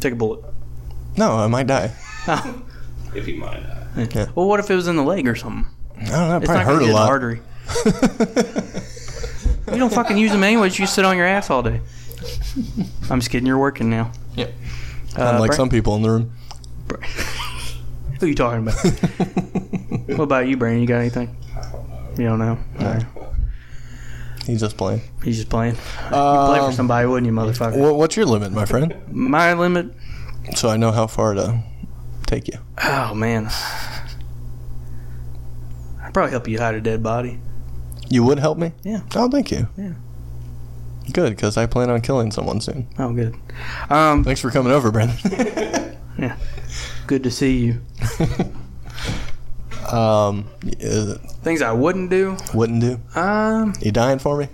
[SPEAKER 2] take a bullet.
[SPEAKER 3] No, I might die.
[SPEAKER 6] If you mind.
[SPEAKER 2] Well, what if it was in the leg or something?
[SPEAKER 3] I don't know. It
[SPEAKER 2] It's not
[SPEAKER 3] probably
[SPEAKER 2] gonna
[SPEAKER 3] hurt
[SPEAKER 2] hit
[SPEAKER 3] a
[SPEAKER 2] an
[SPEAKER 3] lot.
[SPEAKER 2] artery. You don't fucking use them anyways. You sit on your ass all day. I'm just kidding. You're working now.
[SPEAKER 3] Yep.
[SPEAKER 2] Uh,
[SPEAKER 3] Unlike
[SPEAKER 2] Bra-
[SPEAKER 3] some people in the room.
[SPEAKER 2] Bra- Who you talking about? what about you, Brandon? You got anything? You don't know. All right.
[SPEAKER 3] He's just playing.
[SPEAKER 2] He's just playing. you
[SPEAKER 3] Um,
[SPEAKER 2] play for somebody, wouldn't you, motherfucker?
[SPEAKER 3] Wha- what's your limit, my friend?
[SPEAKER 2] My limit.
[SPEAKER 3] So I know how far to take you.
[SPEAKER 2] Oh man. I'd probably help you hide a dead body.
[SPEAKER 3] You would help me?
[SPEAKER 2] Yeah.
[SPEAKER 3] Oh, thank you.
[SPEAKER 2] Yeah.
[SPEAKER 3] Good, because I plan on killing someone soon.
[SPEAKER 2] Oh, good. Um,
[SPEAKER 3] Thanks for coming over, Brandon.
[SPEAKER 2] good to see you.
[SPEAKER 3] um, uh,
[SPEAKER 2] Things I wouldn't do.
[SPEAKER 3] wouldn't do.
[SPEAKER 2] Um,
[SPEAKER 3] You dying for me?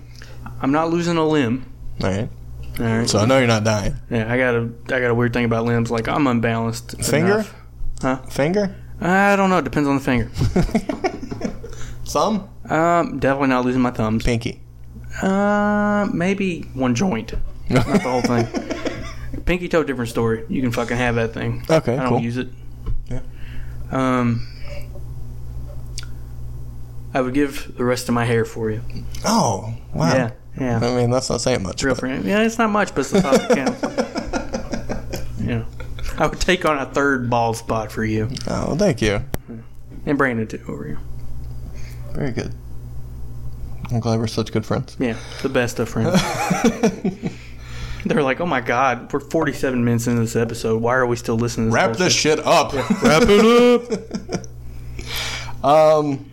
[SPEAKER 2] I'm not losing a limb.
[SPEAKER 3] All right.
[SPEAKER 2] All right.
[SPEAKER 3] So I know you're not dying.
[SPEAKER 2] yeah, I got a I got a weird thing about limbs. Like I'm unbalanced.
[SPEAKER 3] Finger?
[SPEAKER 2] enough. Huh?
[SPEAKER 3] Finger?
[SPEAKER 2] I don't know. It depends on the finger.
[SPEAKER 3] Thumb?
[SPEAKER 2] Um, definitely not losing my thumbs.
[SPEAKER 3] Pinky.
[SPEAKER 2] Uh, maybe one joint, not the whole thing. Pinky toe, different story. You can fucking have that thing.
[SPEAKER 3] Okay,
[SPEAKER 2] I don't
[SPEAKER 3] cool.
[SPEAKER 2] use it.
[SPEAKER 3] Yeah.
[SPEAKER 2] Um, I would give the rest of my hair for you.
[SPEAKER 3] Oh, Uh, wow.
[SPEAKER 2] Yeah, yeah.
[SPEAKER 3] I mean, that's not saying much.
[SPEAKER 2] Real
[SPEAKER 3] but-
[SPEAKER 2] friend. Yeah, it's not much, but it's the thought that counts. you know, I would take on a third bald spot for you
[SPEAKER 3] Oh, thank you.
[SPEAKER 2] and Brandon too over you.
[SPEAKER 3] Very good. I'm glad we're such good friends.
[SPEAKER 2] Yeah, the best of friends. They're like, oh my god, we're 47 minutes into this episode. Why are we still listening to this?
[SPEAKER 3] Wrap this
[SPEAKER 2] bullshit?"
[SPEAKER 3] shit up. Wrap it up. um,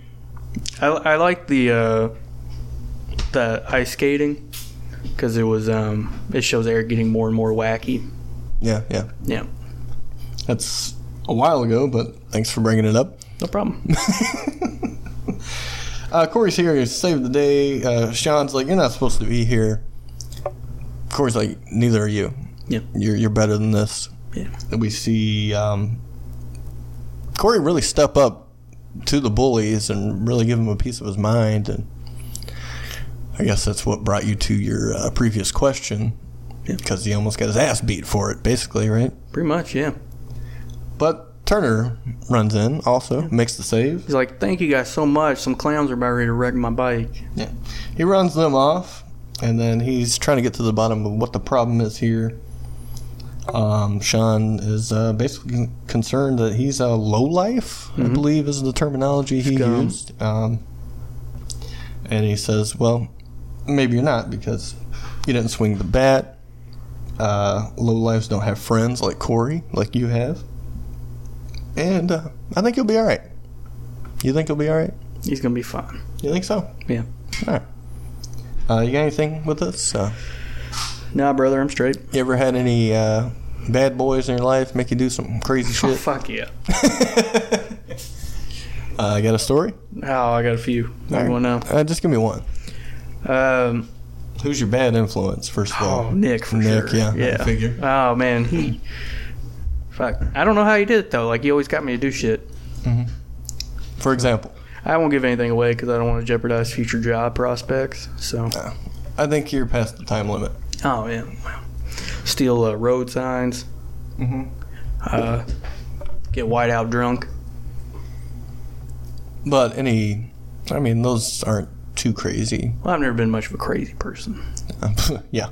[SPEAKER 2] I, I like the uh, the ice skating because it was um, it shows Eric getting more and more wacky.
[SPEAKER 3] yeah, yeah.
[SPEAKER 2] Yeah,
[SPEAKER 3] That's a while ago, but thanks for bringing it up.
[SPEAKER 2] no problem.
[SPEAKER 3] Uh, Corey's here. He saved the day. Uh, Sean's like, you're not supposed to be here. Corey's like, neither are you.
[SPEAKER 2] Yeah.
[SPEAKER 3] You're, you're better than this.
[SPEAKER 2] Yeah.
[SPEAKER 3] And we see um, Corey really step up to the bullies and really give him a piece of his mind. And I guess that's what brought you to your uh, previous question
[SPEAKER 2] Yeah.
[SPEAKER 3] because he almost got his ass beat for it, basically, right?
[SPEAKER 2] Pretty much, yeah.
[SPEAKER 3] But Turner runs in also, makes the save.
[SPEAKER 2] He's like, thank you guys so much. Some clowns are about ready to wreck my bike.
[SPEAKER 3] Yeah. He runs them off, and then he's trying to get to the bottom of what the problem is here. Um, Sean is uh, basically con- concerned that he's a lowlife, I believe is the terminology he
[SPEAKER 2] Scum.
[SPEAKER 3] used. Um, and he says, well, maybe you're not because you didn't swing the bat. Uh, lowlifes don't have friends like Corey, like you have. And uh, I think you'll be all right. You think you'll be all right?
[SPEAKER 2] He's gonna be fine.
[SPEAKER 3] You think so?
[SPEAKER 2] Yeah.
[SPEAKER 3] All right. Uh, you got anything with this? Uh,
[SPEAKER 2] Nah, brother, I'm straight.
[SPEAKER 3] you ever had any uh, bad boys in your life make you do some crazy
[SPEAKER 2] Oh,
[SPEAKER 3] shit?
[SPEAKER 2] fuck yeah.
[SPEAKER 3] Uh, got a story?
[SPEAKER 2] Oh, I got a few. What do you want to
[SPEAKER 3] Uh, just give me one.
[SPEAKER 2] know? Um,
[SPEAKER 3] Who's your bad influence, first of all?
[SPEAKER 2] Oh, Nick for
[SPEAKER 3] Nick,
[SPEAKER 2] sure.
[SPEAKER 3] yeah, I
[SPEAKER 2] yeah.
[SPEAKER 3] figured.
[SPEAKER 2] Oh man, he. Fuck, I don't know how he did it though. Like he always got me to do shit.
[SPEAKER 3] For example,
[SPEAKER 2] I won't give anything away because I don't want to jeopardize future job prospects. So,
[SPEAKER 3] I think you're past the time limit.
[SPEAKER 2] oh man, steal uh, road signs.
[SPEAKER 3] Mhm.
[SPEAKER 2] Uh, get white out drunk.
[SPEAKER 3] But any, I mean, those aren't too crazy.
[SPEAKER 2] Well, I've never been much of a crazy person.
[SPEAKER 3] yeah.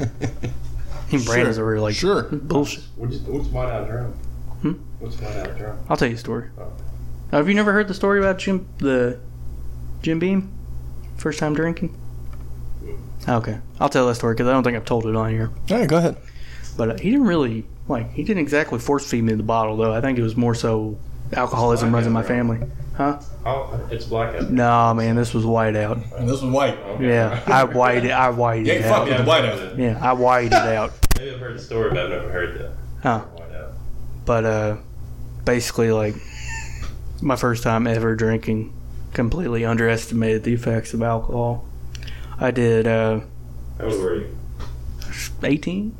[SPEAKER 2] Even Brandon's over here like
[SPEAKER 3] Sure.
[SPEAKER 2] bullshit.
[SPEAKER 6] What's, what's white out drunk?
[SPEAKER 2] Hmm?
[SPEAKER 6] What's white out drunk?
[SPEAKER 2] I'll tell you a story. Now, have you never heard the story about Jim the Jim Beam? First time drinking. Okay, I'll tell that story because I don't think I've told it on here.
[SPEAKER 3] All right, go ahead.
[SPEAKER 2] But uh, he didn't really like. He didn't exactly force feed me the bottle, though. I think it was more so alcoholism runs in my family.
[SPEAKER 6] Oh, it's blackout.
[SPEAKER 2] No, man, this was white out.
[SPEAKER 3] this was white.
[SPEAKER 2] Yeah, I whited. I whited it out.
[SPEAKER 6] Yeah, I've heard of it.
[SPEAKER 2] Yeah, I whited it out.
[SPEAKER 6] Maybe I've heard the story, but I've never heard the
[SPEAKER 2] Huh.
[SPEAKER 6] white out.
[SPEAKER 2] But uh, basically, like my first time ever drinking, completely underestimated the effects of alcohol. I did uh,
[SPEAKER 6] How old were you?
[SPEAKER 2] 18.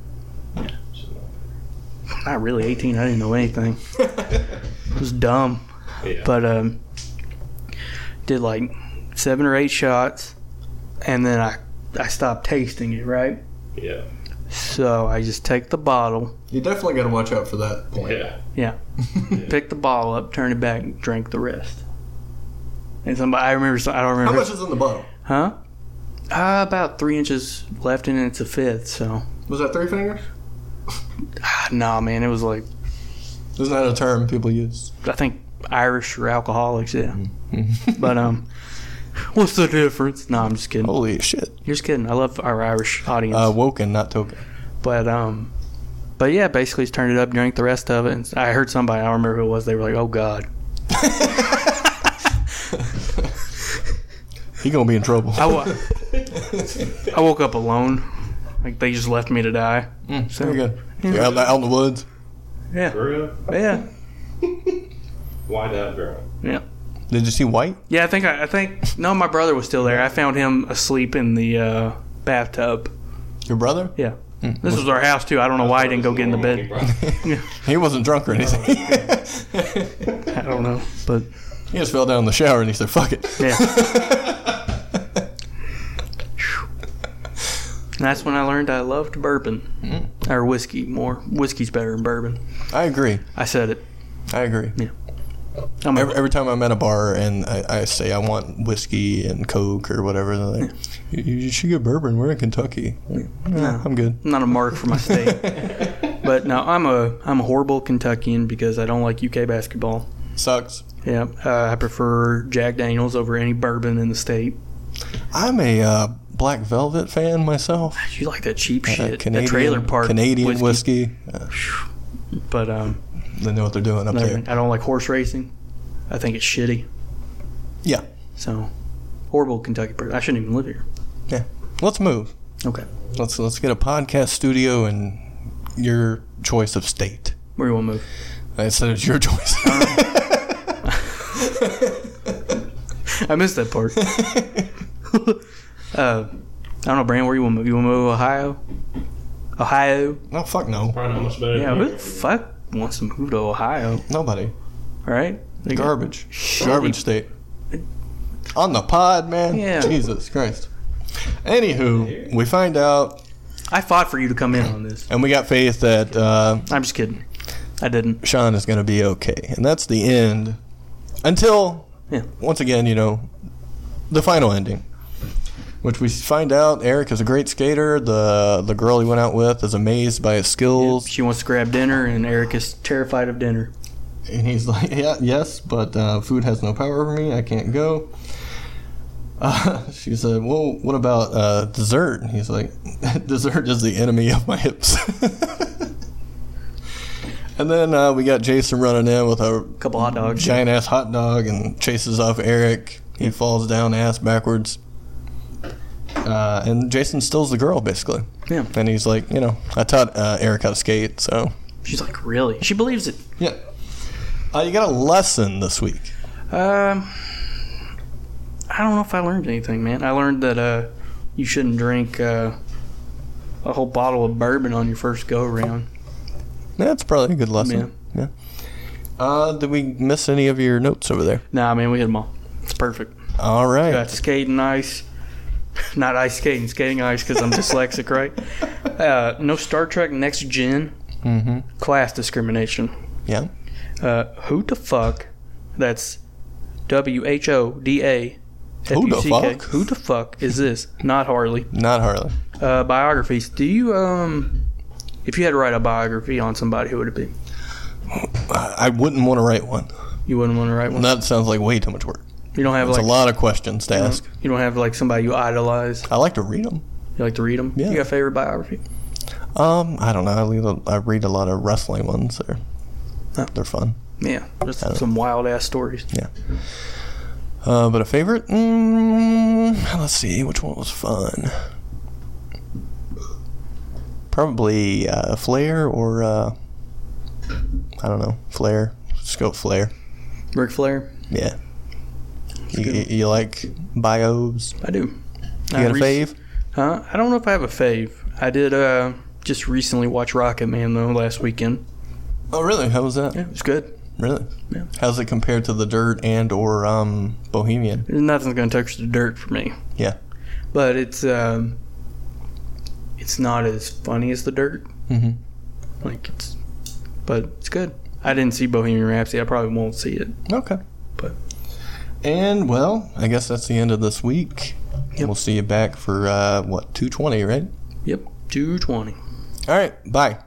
[SPEAKER 2] Not really 18. I didn't know anything. it was dumb.
[SPEAKER 6] Yeah.
[SPEAKER 2] but um, did like seven or eight shots, and then I I stopped tasting it. Right,
[SPEAKER 6] yeah.
[SPEAKER 2] so I just take the bottle,
[SPEAKER 3] You definitely got to watch out for that point.
[SPEAKER 6] Yeah.
[SPEAKER 2] pick the bottle up, turn it back, and drink the rest. And somebody, I remember, some- I don't remember,
[SPEAKER 3] is in the bottle?
[SPEAKER 2] huh? Uh, about three inches left, and it's a fifth. So,
[SPEAKER 3] Was that three fingers?
[SPEAKER 2] ah, nah, man, it was like
[SPEAKER 3] Isn't that a term people use?
[SPEAKER 2] I think Irish or alcoholics, yeah. but um, what's the difference? No, I'm just kidding.
[SPEAKER 3] Holy shit.
[SPEAKER 2] You're just kidding. I love our Irish audience.
[SPEAKER 3] Uh, Woken, not Token.
[SPEAKER 2] But um, but yeah, basically just turned it up, drank the rest of it. And I heard somebody, I don't remember who it was. They were like, "Oh God!"
[SPEAKER 3] He gonna be in trouble.
[SPEAKER 2] I, wa- I woke up alone. Like they just left me to die. so
[SPEAKER 3] Very good. You're out, out in the woods.
[SPEAKER 2] Yeah,
[SPEAKER 6] For real?
[SPEAKER 2] yeah,
[SPEAKER 6] White out drunk.
[SPEAKER 2] yeah,
[SPEAKER 3] Did you see White?
[SPEAKER 2] yeah. I think I, I think no, my brother was still there. I found him asleep in the uh, bathtub.
[SPEAKER 3] Your brother?
[SPEAKER 2] Yeah,
[SPEAKER 3] Hmm.
[SPEAKER 2] this was our house too. I don't know why I didn't go get in the
[SPEAKER 6] He
[SPEAKER 2] bed.
[SPEAKER 6] brought-
[SPEAKER 3] He wasn't drunk or anything.
[SPEAKER 2] Oh, I don't know, but
[SPEAKER 3] he just fell down in the shower and he said, "Fuck it."
[SPEAKER 2] yeah. And that's when I learned I loved bourbon
[SPEAKER 3] Hmm.
[SPEAKER 2] or whiskey more. Whiskey's better than bourbon.
[SPEAKER 3] I agree.
[SPEAKER 2] I said it.
[SPEAKER 3] I agree.
[SPEAKER 2] I'm
[SPEAKER 3] Every, every time I'm at a bar and I, I say I want whiskey and Coke or whatever, they're like, you, you should get bourbon. We're in Kentucky. Like, "Nah, I'm good.
[SPEAKER 2] not a mark for my state. but no, I'm a I'm a horrible Kentuckian because I don't like UK basketball.
[SPEAKER 3] Sucks.
[SPEAKER 2] Yeah, uh, I prefer Jack Daniels over any bourbon in the state.
[SPEAKER 3] I'm a uh, Black Velvet fan myself.
[SPEAKER 2] You like that cheap
[SPEAKER 3] Uh,
[SPEAKER 2] shit, that trailer park
[SPEAKER 3] Canadian whiskey. Uh,
[SPEAKER 2] But um,
[SPEAKER 3] they know what they're doing up
[SPEAKER 2] no,
[SPEAKER 3] there.
[SPEAKER 2] I don't like horse racing. I think it's shitty.
[SPEAKER 3] Yeah.
[SPEAKER 2] So horrible Kentucky person. I shouldn't even live here.
[SPEAKER 3] Yeah. Let's move.
[SPEAKER 2] Okay,
[SPEAKER 3] Let's let's get a podcast studio and your choice of state.
[SPEAKER 2] where you want to move?
[SPEAKER 3] I said it's your choice.
[SPEAKER 2] Uh. I missed that part. uh, I don't know, Brandon. Where you want to move? You want to move Ohio? Ohio?
[SPEAKER 3] no, Oh, fuck no.
[SPEAKER 6] Probably not much better.
[SPEAKER 2] Yeah,
[SPEAKER 6] than
[SPEAKER 2] who
[SPEAKER 6] you.
[SPEAKER 2] the fuck wants to move to Ohio?
[SPEAKER 3] Nobody.
[SPEAKER 2] All right. They got-
[SPEAKER 3] Garbage. Garbage state. On the pod, man.
[SPEAKER 2] Yeah.
[SPEAKER 3] Jesus Christ. Anywho, we find out,
[SPEAKER 2] I fought for you to come in on this.
[SPEAKER 3] and we got faith that uh,
[SPEAKER 2] I'm just kidding. I didn't.
[SPEAKER 3] Sean is going to be okay. And that's the end. Until,
[SPEAKER 2] Yeah.
[SPEAKER 3] once again, you know, the final ending. Which we find out Eric is a great skater. The the girl he went out with is amazed by his skills.
[SPEAKER 2] She wants to grab dinner, and Eric is terrified of dinner.
[SPEAKER 3] And he's like, yeah, yes, but uh, food has no power over me. I can't go. Uh, she said, well, what about uh, dessert? And he's like, dessert is the enemy of my hips. and then uh, we got Jason running in with a
[SPEAKER 2] Couple hot dogs.
[SPEAKER 3] giant ass hot dog and chases off Eric. He falls down ass backwards. Uh, and Jason steals the girl, basically.
[SPEAKER 2] Yeah.
[SPEAKER 3] And he's like, you know, I taught uh, Eric how to skate, so.
[SPEAKER 2] She's like, really? She believes it.
[SPEAKER 3] Yeah. Uh, you got a lesson this week.
[SPEAKER 2] Um, I don't know if I learned anything, man. I learned that uh, you shouldn't drink uh, a whole bottle of bourbon on your first go around.
[SPEAKER 3] That's probably a good lesson. Yeah. Uh, did we miss any of your notes over there?
[SPEAKER 2] Nah, man, we hit them all. It's perfect.
[SPEAKER 3] All right.
[SPEAKER 2] Got skating ice, not ice skating, skating ice because I'm dyslexic, right? Uh, no Star Trek Next general
[SPEAKER 3] Mm-hmm.
[SPEAKER 2] Class discrimination.
[SPEAKER 3] Yeah.
[SPEAKER 2] Uh, who the fuck? That's W H O D A.
[SPEAKER 3] Who the
[SPEAKER 2] F-U-C-K.
[SPEAKER 3] fuck?
[SPEAKER 2] Who the fuck is this? Not Harley.
[SPEAKER 3] Not Harley.
[SPEAKER 2] Uh, biographies. Do you um, if you had to write a biography on somebody, who would it be?
[SPEAKER 3] I, I wouldn't want to write one.
[SPEAKER 2] You wouldn't want to write one.
[SPEAKER 3] That sounds like way too much work.
[SPEAKER 2] you don't have
[SPEAKER 3] It's
[SPEAKER 2] like
[SPEAKER 3] a lot of questions to ask.
[SPEAKER 2] You don't have like somebody you idolize.
[SPEAKER 3] I like to read them.
[SPEAKER 2] You like to read them.
[SPEAKER 3] Yeah.
[SPEAKER 2] You got a favorite biography?
[SPEAKER 3] Um, I don't know. I read a, I read a lot of wrestling ones. They're,
[SPEAKER 2] Oh.
[SPEAKER 3] they're fun.
[SPEAKER 2] Yeah, just
[SPEAKER 3] I don't-
[SPEAKER 2] some wild ass stories.
[SPEAKER 3] Uh, but a favorite? Mm, let's see. Which one was fun? Probably uh, Flair or uh, I don't know. Flair. Just go Flair.
[SPEAKER 2] Ric Flair.
[SPEAKER 3] Yeah. You, you, you like bios?
[SPEAKER 2] I do.
[SPEAKER 3] You got a fave?
[SPEAKER 2] Huh? I don't know if I have a fave. I did uh just recently watch Rocket Man though last weekend.
[SPEAKER 3] Oh, really? How was that?
[SPEAKER 2] Yeah, it was good.
[SPEAKER 3] Really?
[SPEAKER 2] Yeah.
[SPEAKER 3] How's it compared to the Dirt and or um, Bohemian?
[SPEAKER 2] Nothing's gonna touch the dirt for me.
[SPEAKER 3] Yeah.
[SPEAKER 2] But it's um, it's not as funny as the dirt.
[SPEAKER 3] Mhm.
[SPEAKER 2] Like it's, but it's good. I didn't see Bohemian Rhapsody. I probably won't see it.
[SPEAKER 3] Okay.
[SPEAKER 2] But-
[SPEAKER 3] and well, I guess that's the end of this week.
[SPEAKER 2] Yep.
[SPEAKER 3] We'll see you back for uh, what two twenty, right?
[SPEAKER 2] Yep, two twenty.
[SPEAKER 3] All right. Bye.